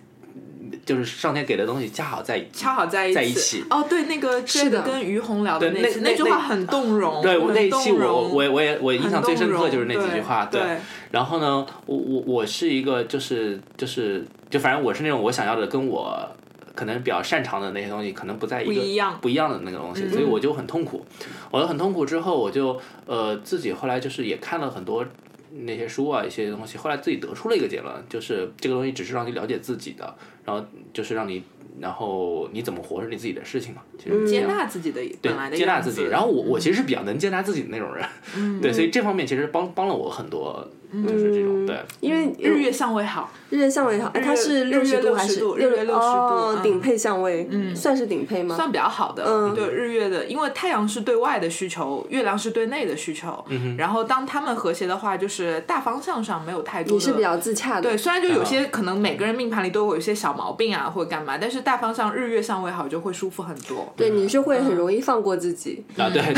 就是上天给的东西恰好在一起，恰好在一起，在一起哦，对，那个是 Jade 的跟于红聊的对那期那句那话很动容，对，我很那一期动我容，我我也我印很象最深动刻容就是那几句话，对，对然后呢，我我我是一个就是就是就反正我是那种我想要的跟我可能比较擅长的那些东西可能不在一个不一样嗯不一样的那个东西，所以我就很痛苦。我就很痛苦之后，我就呃自己后来就是也看了很多那些书啊一些东西，后来自己得出了一个结论，就是这个东西只是让你了解自己的，然后就是让你然后你怎么活是你自己的事情嘛，其实是这接样纳自己的本来的对，接纳样自己。子然后我嗯我其实是比较能接纳自己的那种人， [LAUGHS] 对，所以这方面其实帮帮了我很多，就是这种对。嗯因为日月相位好，日月相位好，哎，它是日月十日月还是60度六日月60度哦，嗯顶配相位，嗯，算是顶配吗？算比较好的，嗯对日月的，因为太阳是对外的需求，月亮是对内的需求，嗯然后当他们和谐的话，就是大方向上没有太多你的。是比较自洽的，对，虽然就有啊些可能每个人命盘里都有一些小毛病啊，或者干嘛，但是大方向日月相位好就会舒服很多。对，你是会很容易放过自己，啊，对 [LAUGHS] 对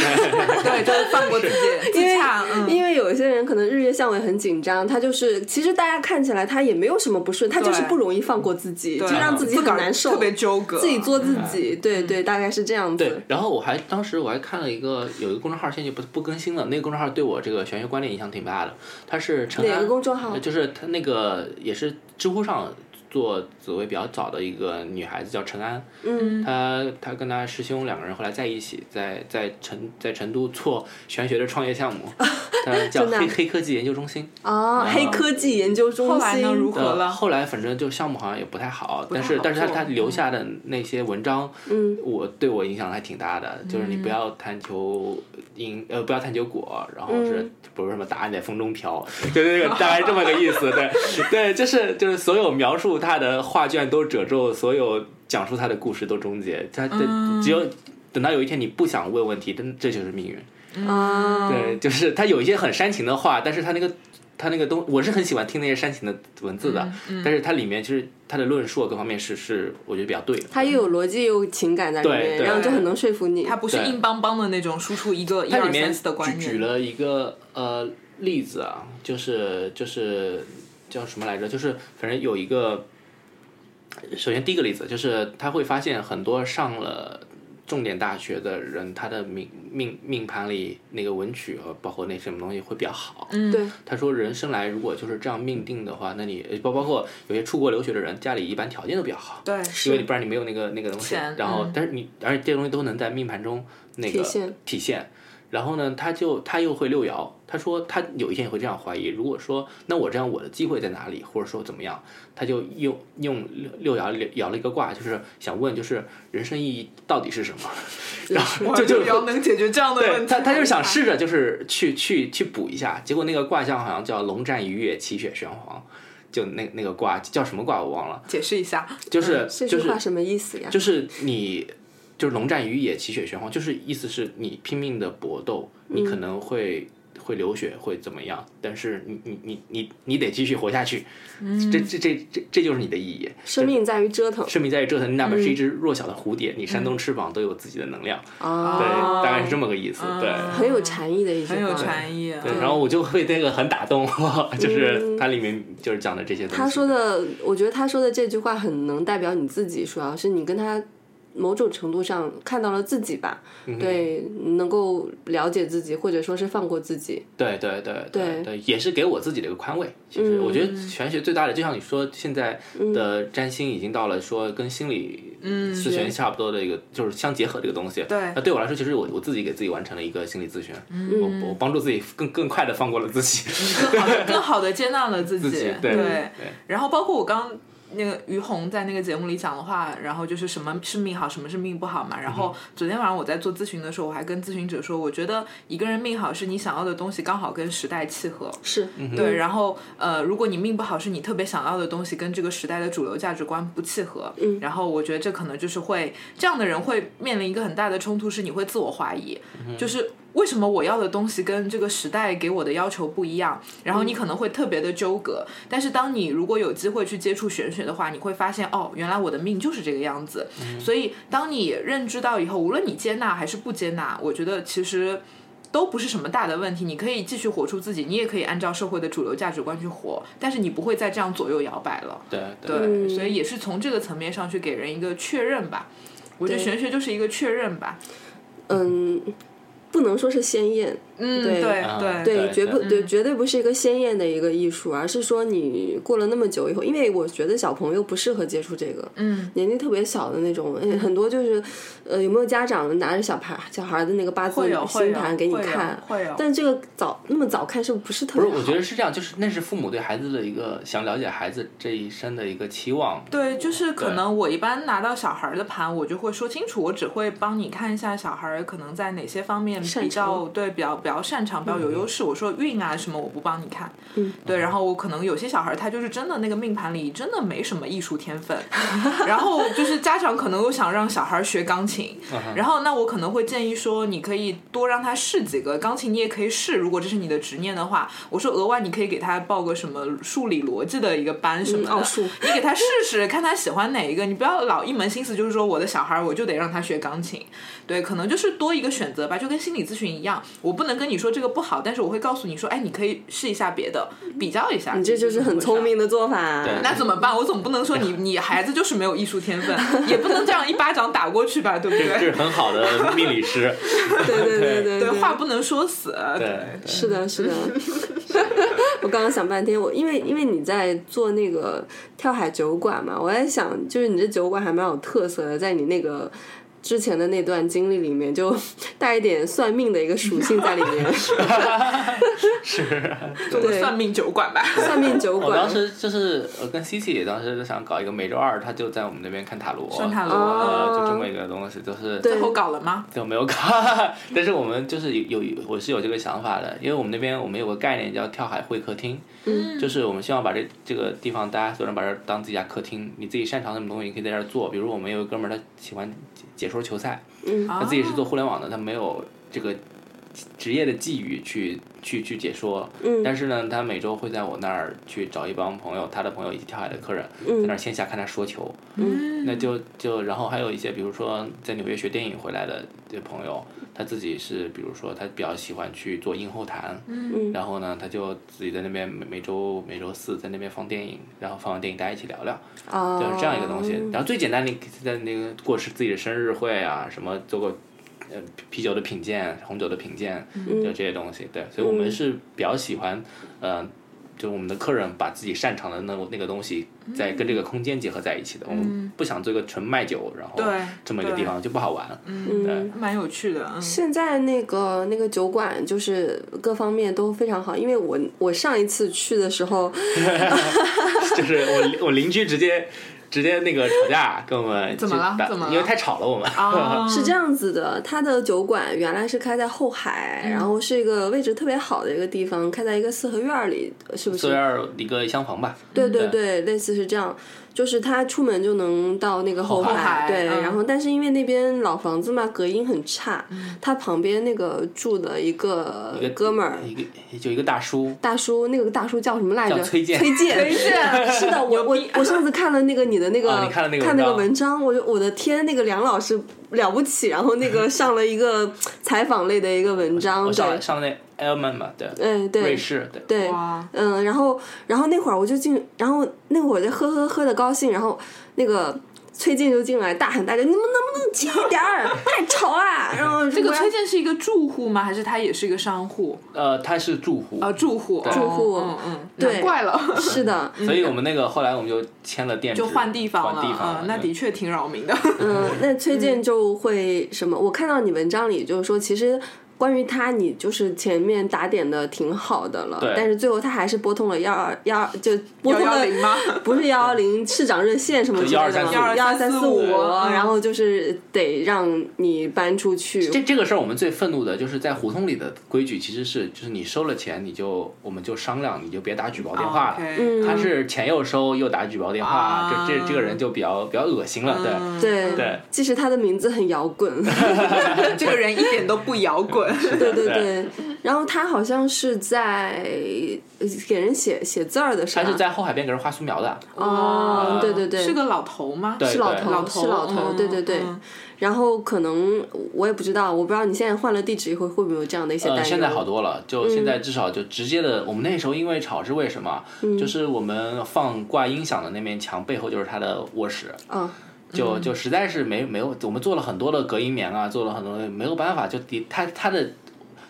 对，就是放过自己，因嗯自为洽，嗯，因为有些人可能日月相位很紧张，他就是其实大家看起来他也没有什么不顺，他就是对不容易放过自己，就对让自己很个儿难受，特别嗯纠葛，自己做自己，对对，大概是这样对子。。然后我还当时我还看了一个有一个公众号，现在就不不更新了。那个公众号对我这个玄学观念影响挺大的。它是陈哪安个公众号呃就是他那个也是知乎上做紫薇比较早的一个女孩子叫陈安，嗯，她她跟她师兄两个人后来在一起，在在成在成都做玄学的创业项 [LAUGHS] 目，她叫真的啊黑黑科技研究中心。哦，黑科技研究中嗯后心，来呢如何呃了后来反正就项目好像也不太好，但是好但是他做嗯他留下的那些文章，嗯，我对我影响还挺大的。就是嗯你不要探求因，呃，不要探求果，然后是嗯不是什么答案在风中飘，就是那个大概这么个意思。 [LAUGHS] 对对，就是就是所有描述他的画卷都褶皱，所有讲述他的故事都终结。他的嗯只有等到有一天你不想问问题，真这就是命运。啊，嗯对，就是他有一些很煽情的话，但是他那个他那个东，我是很喜欢听那些煽情的文字的，嗯但是它里面其实他的论述各方面是是我觉得比较对的。它又有逻辑又有情感在里对面，对然后就很能说服你。它不是对硬邦邦的那种输出一个一它二里面三四的举观念。举了一个呃例子啊，就是就是叫什么来着？就是反正有一个，首先第一个例子就是他会发现很多上了。重点大学的人，他的命命命盘里那个文曲和包括那什么东西会比较好，嗯对，他说人生来如果就是这样命定的话，那你呃包包括有些出国留学的人，家里一般条件都比较好，对，因为你不然你没有那个那个东西钱。然后，嗯但是你而且这些东西都能在命盘中那个体现体现。然后呢，他就他又会六爻，他说他有一天也会这样怀疑，如果说那我这样我的机会在哪里，或者说怎么样，他就用用六六爻摇了一个卦，就是想问就是人生意义到底是什么， [LAUGHS] 然后就就比较能解决这样的 [LAUGHS] 对问题。他，他就是想试着就是去去去补一下，结果那个卦象好像叫龙战一月，骑雪玄黄，就那那个卦叫什么卦我忘了，解释一下，就是、嗯这就句是话什么意思呀？就是你就是龙战于野，骑雪玄黄，就是意思是你拼命的搏斗，你可能会。会流血会怎么样？但是你你你你你得继续活下去，这这这这这就是你的意义。生命在于折腾生命在于折腾，你哪怕是一只弱小的蝴蝶，你扇动翅膀都有自己的能量。啊，对，大概是这么个意思。对，很有禅意的一句话，很有禅意。对，然后我就被那个很打动，就是它里面就是讲的这些东西。他说的，我觉得他说的这句话很能代表你自己，主要是你跟他某种程度上看到了自己吧，对，能够了解自己，或者说是放过自己，对对对对对，也是给我自己的一个宽慰。其实嗯我觉得玄学最大的，就像你说，现在的占星已经到了说跟心理咨询差不多的一个，就是相结合这个东西。对那对我来说，其实我我自己给自己完成了一个心理咨询，我我帮助自己更更快的放过了自 [LAUGHS] 己。更好的、更好的接纳了自己。自己对对对然后包括我刚刚那个于红在那个节目里讲的话，然后就是什么是命好，什么是命不好嘛。然后昨天晚上我在做咨询的时候，我还跟咨询者说，我觉得一个人命好是你想要的东西刚好跟时代契合。是对，然后呃，如果你命不好，是你特别想要的东西跟这个时代的主流价值观不契合，嗯，然后我觉得这可能就是会这样的人会面临一个很大的冲突，是你会自我怀疑，就是为什么我要的东西跟这个时代给我的要求不一样，然后你可能会特别的纠葛，但是当你如果有机会去接触玄学的话，你会发现哦，原来我的命就是这个样子，所以当你认知到以后，无论你接纳还是不接纳，我觉得其实。都不是什么大的问题，你可以继续活出自己，你也可以按照社会的主流价值观去活，但是你不会再这样左右摇摆了。对对，对嗯所以也是从这个层面上去给人一个确认吧。我觉得对玄学就是一个确认吧。嗯，不能说是鲜艳，嗯，对对啊对对绝不对，绝对不是一个鲜艳的一个艺术，而是说你过了那么久以后，因为我觉得小朋友不适合接触这个，嗯，年龄特别小的那种，呃很多就是，呃，有没有家长拿着小孩小孩的那个八字会有会星有盘给你会有看？会有但这个早那么早看是不是特不是，别好？我觉得是这样，就是那是父母对孩子的一个想了解孩子这一生的一个期望。对，就是可对能我一般拿到小孩儿的盘，我就会说清楚，我只会帮你看一下小孩儿可能在哪些方面比擅较长嗯对比较比较擅长，比较有优势。我说运啊什么我不帮你看，嗯，对。然后我可能有些小孩儿他就是真的那个命盘里真的没什么艺术天 [LAUGHS] 分，然后就是家长可能又想让小孩儿学钢琴，然后那我可能会建议说，你可以多让他试几个钢琴，你也可以试，如果这是你的执念的话，我说额外你可以给他报个什么数理逻辑的一个班什么的，嗯奥数你给他试试，看他喜欢哪一个。你不要老一门心思就是说我的小孩儿我就得让他学钢琴，对，可能就是多一个选择吧，就跟心理咨询一样，我不能跟你说这个不好，但是我会告诉你说，哎，你可以试一下别的，比较一下。你这就是很聪明的。的做法。对 [LAUGHS] 那怎么办？我总不能说你你孩子就是没有艺术天分，也不能这样一巴掌打过去吧，对不这对？是很好的命理师，对对对对对，话不能说死。对， [LAUGHS] 是的，是的，我刚刚想半天，我因为因为你在做那个跳海酒馆嘛，我在想，就是你这酒馆还蛮有特色的，在你那个之前的那段经历里面，就带一点算命的一个属性在里 [LAUGHS] 面，做个算命酒馆吧。算命酒我馆。当时就是呃跟西西当时就想搞一个每周二，他就在我们那边看塔罗，算塔罗呃，就这么一个东西，就是对最后搞了吗？就没有搞。 [LAUGHS] 但是我们就是有有我是有这个想法的，因为我们那边我们有个概念叫跳海会客厅，嗯，就是我们希望把这这个地方大家所有人把这儿当自己家客厅，你自己擅长什么东西你可以在这儿做，比如我们有个哥们儿他喜欢解解说球赛，啊他自己是做互联网的，他没有这个职业的寄语去去去解说，嗯但是呢，他每周会在我那儿去找一帮朋友，他的朋友以及跳海的客人，嗯在那儿线下看他说球，嗯那就就然后还有一些，比如说在纽约学电影回来的这朋友，他自己是比如说他比较喜欢去做映后谈，嗯然后呢，他就自己在那边每每周每周四在那边放电影，然后放完电影大家一起聊聊，啊，就是这样一个东西。哦然后最简单的，你在那个过是自己的生日会啊，什么做个呃啤啤酒的品鉴、红酒的品鉴，嗯就这些东西。对，所以我们是比较喜欢，呃，就我们的客人把自己擅长的那那个东西，在跟这个空间结合在一起的。我们不想做一个纯卖酒，然后嗯对这么一个地方就不好玩。嗯。蛮有趣的，嗯，现在那个那个酒馆就是各方面都非常好，因为我我上一次去的时候， [LAUGHS] 就是我我邻居直接直接那个吵架跟我们怎么就了打怎么了因为太吵了我们。 [LAUGHS] 啊，是这样子的，它的酒馆原来是开在后海，然后是一个位置特别好的一个地方，开在一个四合院儿里，是不四是？院一个厢房吧，对对对，类似是这样，就是他出门就能到那个后后海对，嗯然后但是因为那边老房子嘛，隔音很差，他旁边那个住的一个一个哥们儿。一个就一个大叔，大叔，那个大叔叫什么来着？叫崔健崔健，崔健 [LAUGHS] 是的，我我我上次看了那个你的那个，哦你看了那个那个文文章，我就我的天，那个梁老师了不起，然后那个上了一个采访类的一个文哦章，我上了对，上了那 Elman 嘛，对，嗯瑞对士，对，对，哇，嗯，然后然后那会儿我就进，然后那会儿我就喝喝喝的高兴，然后那个。崔健就进来大喊大叫：“你们能不能轻一点儿？太吵啦！”然后这这个崔健是一个住户吗？还是他也是一个商户？呃，他是住户啊，住户，住户嗯嗯，对难怪了，是的，所以我们那个后来我们就签了店嗯址，就换地方了，换地方了嗯，那对的确挺扰民的，嗯，那崔健就会什么？我看到你文章里就是说，其实关于他，你就是前面打点的挺好的了对，但是最后他还是拨通了幺二幺二，就拨通了110吗不是幺幺零市长热线什么之类的， 12345幺二三四五，啊嗯然后就是得让你搬出这去。这个事儿，我们最愤怒的就是在胡同里的规矩，其实是就是你收了钱，你就我们就商量，你就别打举报电话了。哦 OK 嗯他是钱又收又打举报电话，啊这这这个人就比较比较恶心了，对。嗯对对，即使他的名字很摇 [LAUGHS] 滚，这个人一点都不摇滚，对对对对。然后他好像是在呃给人写写字儿的，是他吧？啊是在后海边给人画素描的，哦，对对对，是个老头吗？对是老头，老头，是老头，嗯对对对。嗯然后可能我也不知道，我不知道你现在换了地址以后会不会有这样的一些担呃，忧。嗯现在好多了，就现在至少就直接的。我们那时候因为吵是为什么？嗯就是我们放挂音响的那面墙背后就是他的卧室，啊，就就实在是没没有，我们做了很多的隔音棉啊，做了很多的没有办法，就的他他的，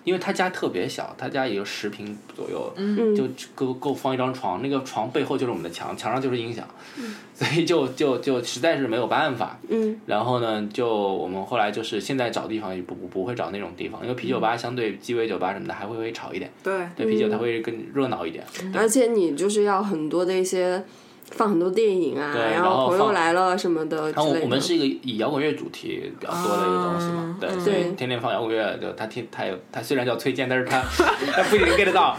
因为他家特别小，他家也就十平左右，嗯就够够放一张床，那个床背后就是我们的墙，墙上就是音响，所以就就就实在是没有办法。嗯然后呢，就我们后来就是现在找地方也不不不会找那种地方，因为啤酒嗯吧相对鸡尾酒吧什么的还会会吵一点，对，对啤酒它会更热闹一点。而且你就是要很多的一些放很多电影啊，对然然后朋友放来了什么的之然后类的。我们是一个以摇滚乐主题比较多的一个东西嘛，啊对，嗯所以对天天放摇滚乐，就他听他也他虽然叫崔健，但是 [LAUGHS] 他他不一定 get 得到，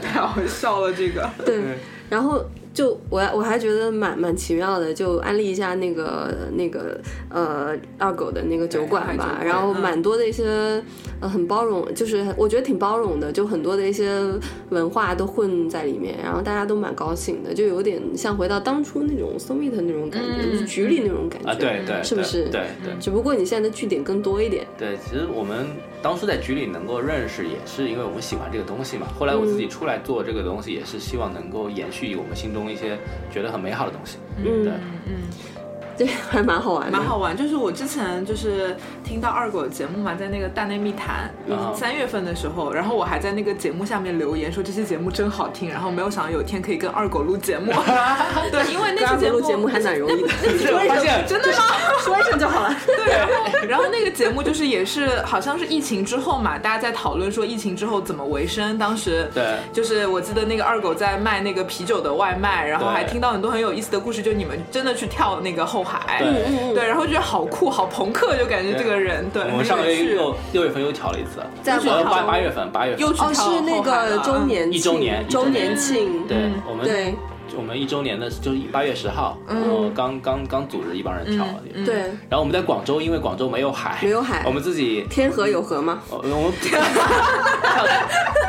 太好笑了，这个对，然后就我我还觉得蛮蛮奇妙的，就安利一下那个那个呃二狗的那个酒馆吧对，然后嗯蛮多的一些呃很包容，就是我觉得挺包容的，就很多的一些文化都混在里面，然后大家都蛮高兴的，就有点像回到当初那种 s o m e e t 那种感觉，嗯局里那种感觉，啊，对对，是不是对对只不过你现在的据点更多一点，对对，其实我们当初在局里能够认识，也是因为我们喜欢这个东西嘛。后来我嗯自己出来做这个东西，也是希望能够延续我们心中一些觉得很美好的东西。嗯对，嗯嗯，这还蛮好玩的，蛮好玩。就是我之前就是听到二狗的节目嘛，在那个大内密谈嗯三、月份的时候，然后我还在那个节目下面留言说这期节目真好听，然后没有想到有一天可以跟二狗录 [LAUGHS] 节目。对，因为那期跟节二目狗录节目还蛮容易的那那期节目我发现真的吗？说一声就好了。对，然后 [LAUGHS] 然后那个节目就是也是好像是疫情之后嘛，大家在讨论说疫情之后怎么维生。当时对就是我记得那个二狗在卖那个啤酒的外卖，然后对还听到很多很有意思的故事，就你们真的去跳那个后海，对嗯对，然后觉得好酷好朋克，就感觉这个人对，我们上个很有月趣又六月份又调了一次，在呃广州八八月份八月份又去哦，跳后是海那个了周嗯年一周庆年周一周年年庆，对我们对我们一周年的就是八月十号，然后刚刚刚组织一帮人跳的，嗯对，然后我们在广州，因为广州没有海，没有海我们自己天河有河吗？我我们跳，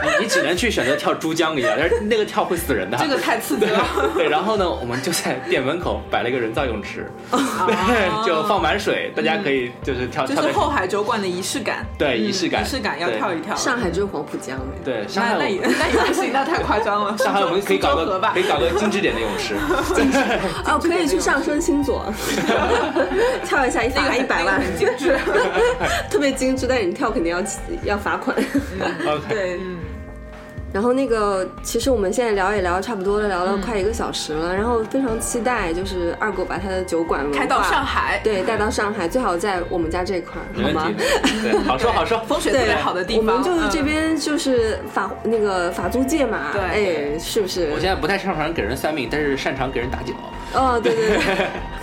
你你只能去选择跳珠江一样，但是那个跳会死人的。 [LAUGHS] 这个太刺激了， [LAUGHS] 对，然后呢，我们就在店门口摆了一个人造泳池，啊对， [LAUGHS] 就放满水，大家可以就是跳 [LAUGHS] 就跳在是后海酒馆的仪式感，对嗯仪式感仪式感要对跳一跳，上海就是黄浦江哎。对上海那我那也们。那也不行，那太夸张了， [LAUGHS] 上海我们可以搞 [LAUGHS] 苏州河个吧可以搞个精致点的泳池，哦，可以去上升星 [LAUGHS] 座， [LAUGHS] 跳一下一罚一百万，很精致。 [LAUGHS] 特别精致，但是你跳肯定要起要罚款。 OK，对，嗯， [LAUGHS] 然后那个其实我们现在聊也聊差不多了，聊嗯了快一个小时了，然后非常期待就是二狗把他的酒馆文化开到上，海，对，带到上海，最好在我们家这块儿，没好问吗题？，对，好说好 [LAUGHS] 说，风水特对，别好的地方，我们就是这嗯。边就是法那个法租界嘛，对哎，是不是我？现在不太擅长给人算命，但是擅长给人打酒。哦，对对对。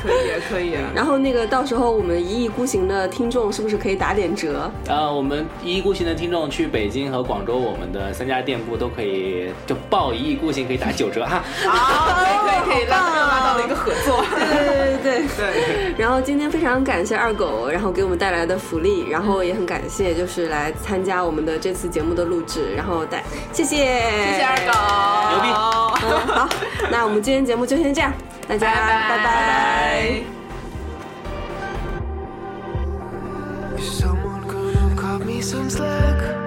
可以，可 [LAUGHS] 以。然后那个到时候我们一意孤行的听众是不是可以打点折？呃，我们一意孤行的听众去北京和广州，我们的三家店铺都可以就报一意孤行可以打九折哈。哦好，可以可以可以，好棒拉又拉到了一个合作。对对对。对，然后今天非常感谢二狗，然后给我们带来的福利，然后也很感谢就是来参加我们的这次节目的录制，然后带谢谢谢谢谢二狗，牛逼逼，好，那我们今天节目就先这样，大家拜拜拜。 Is someone gonna cut me some slack?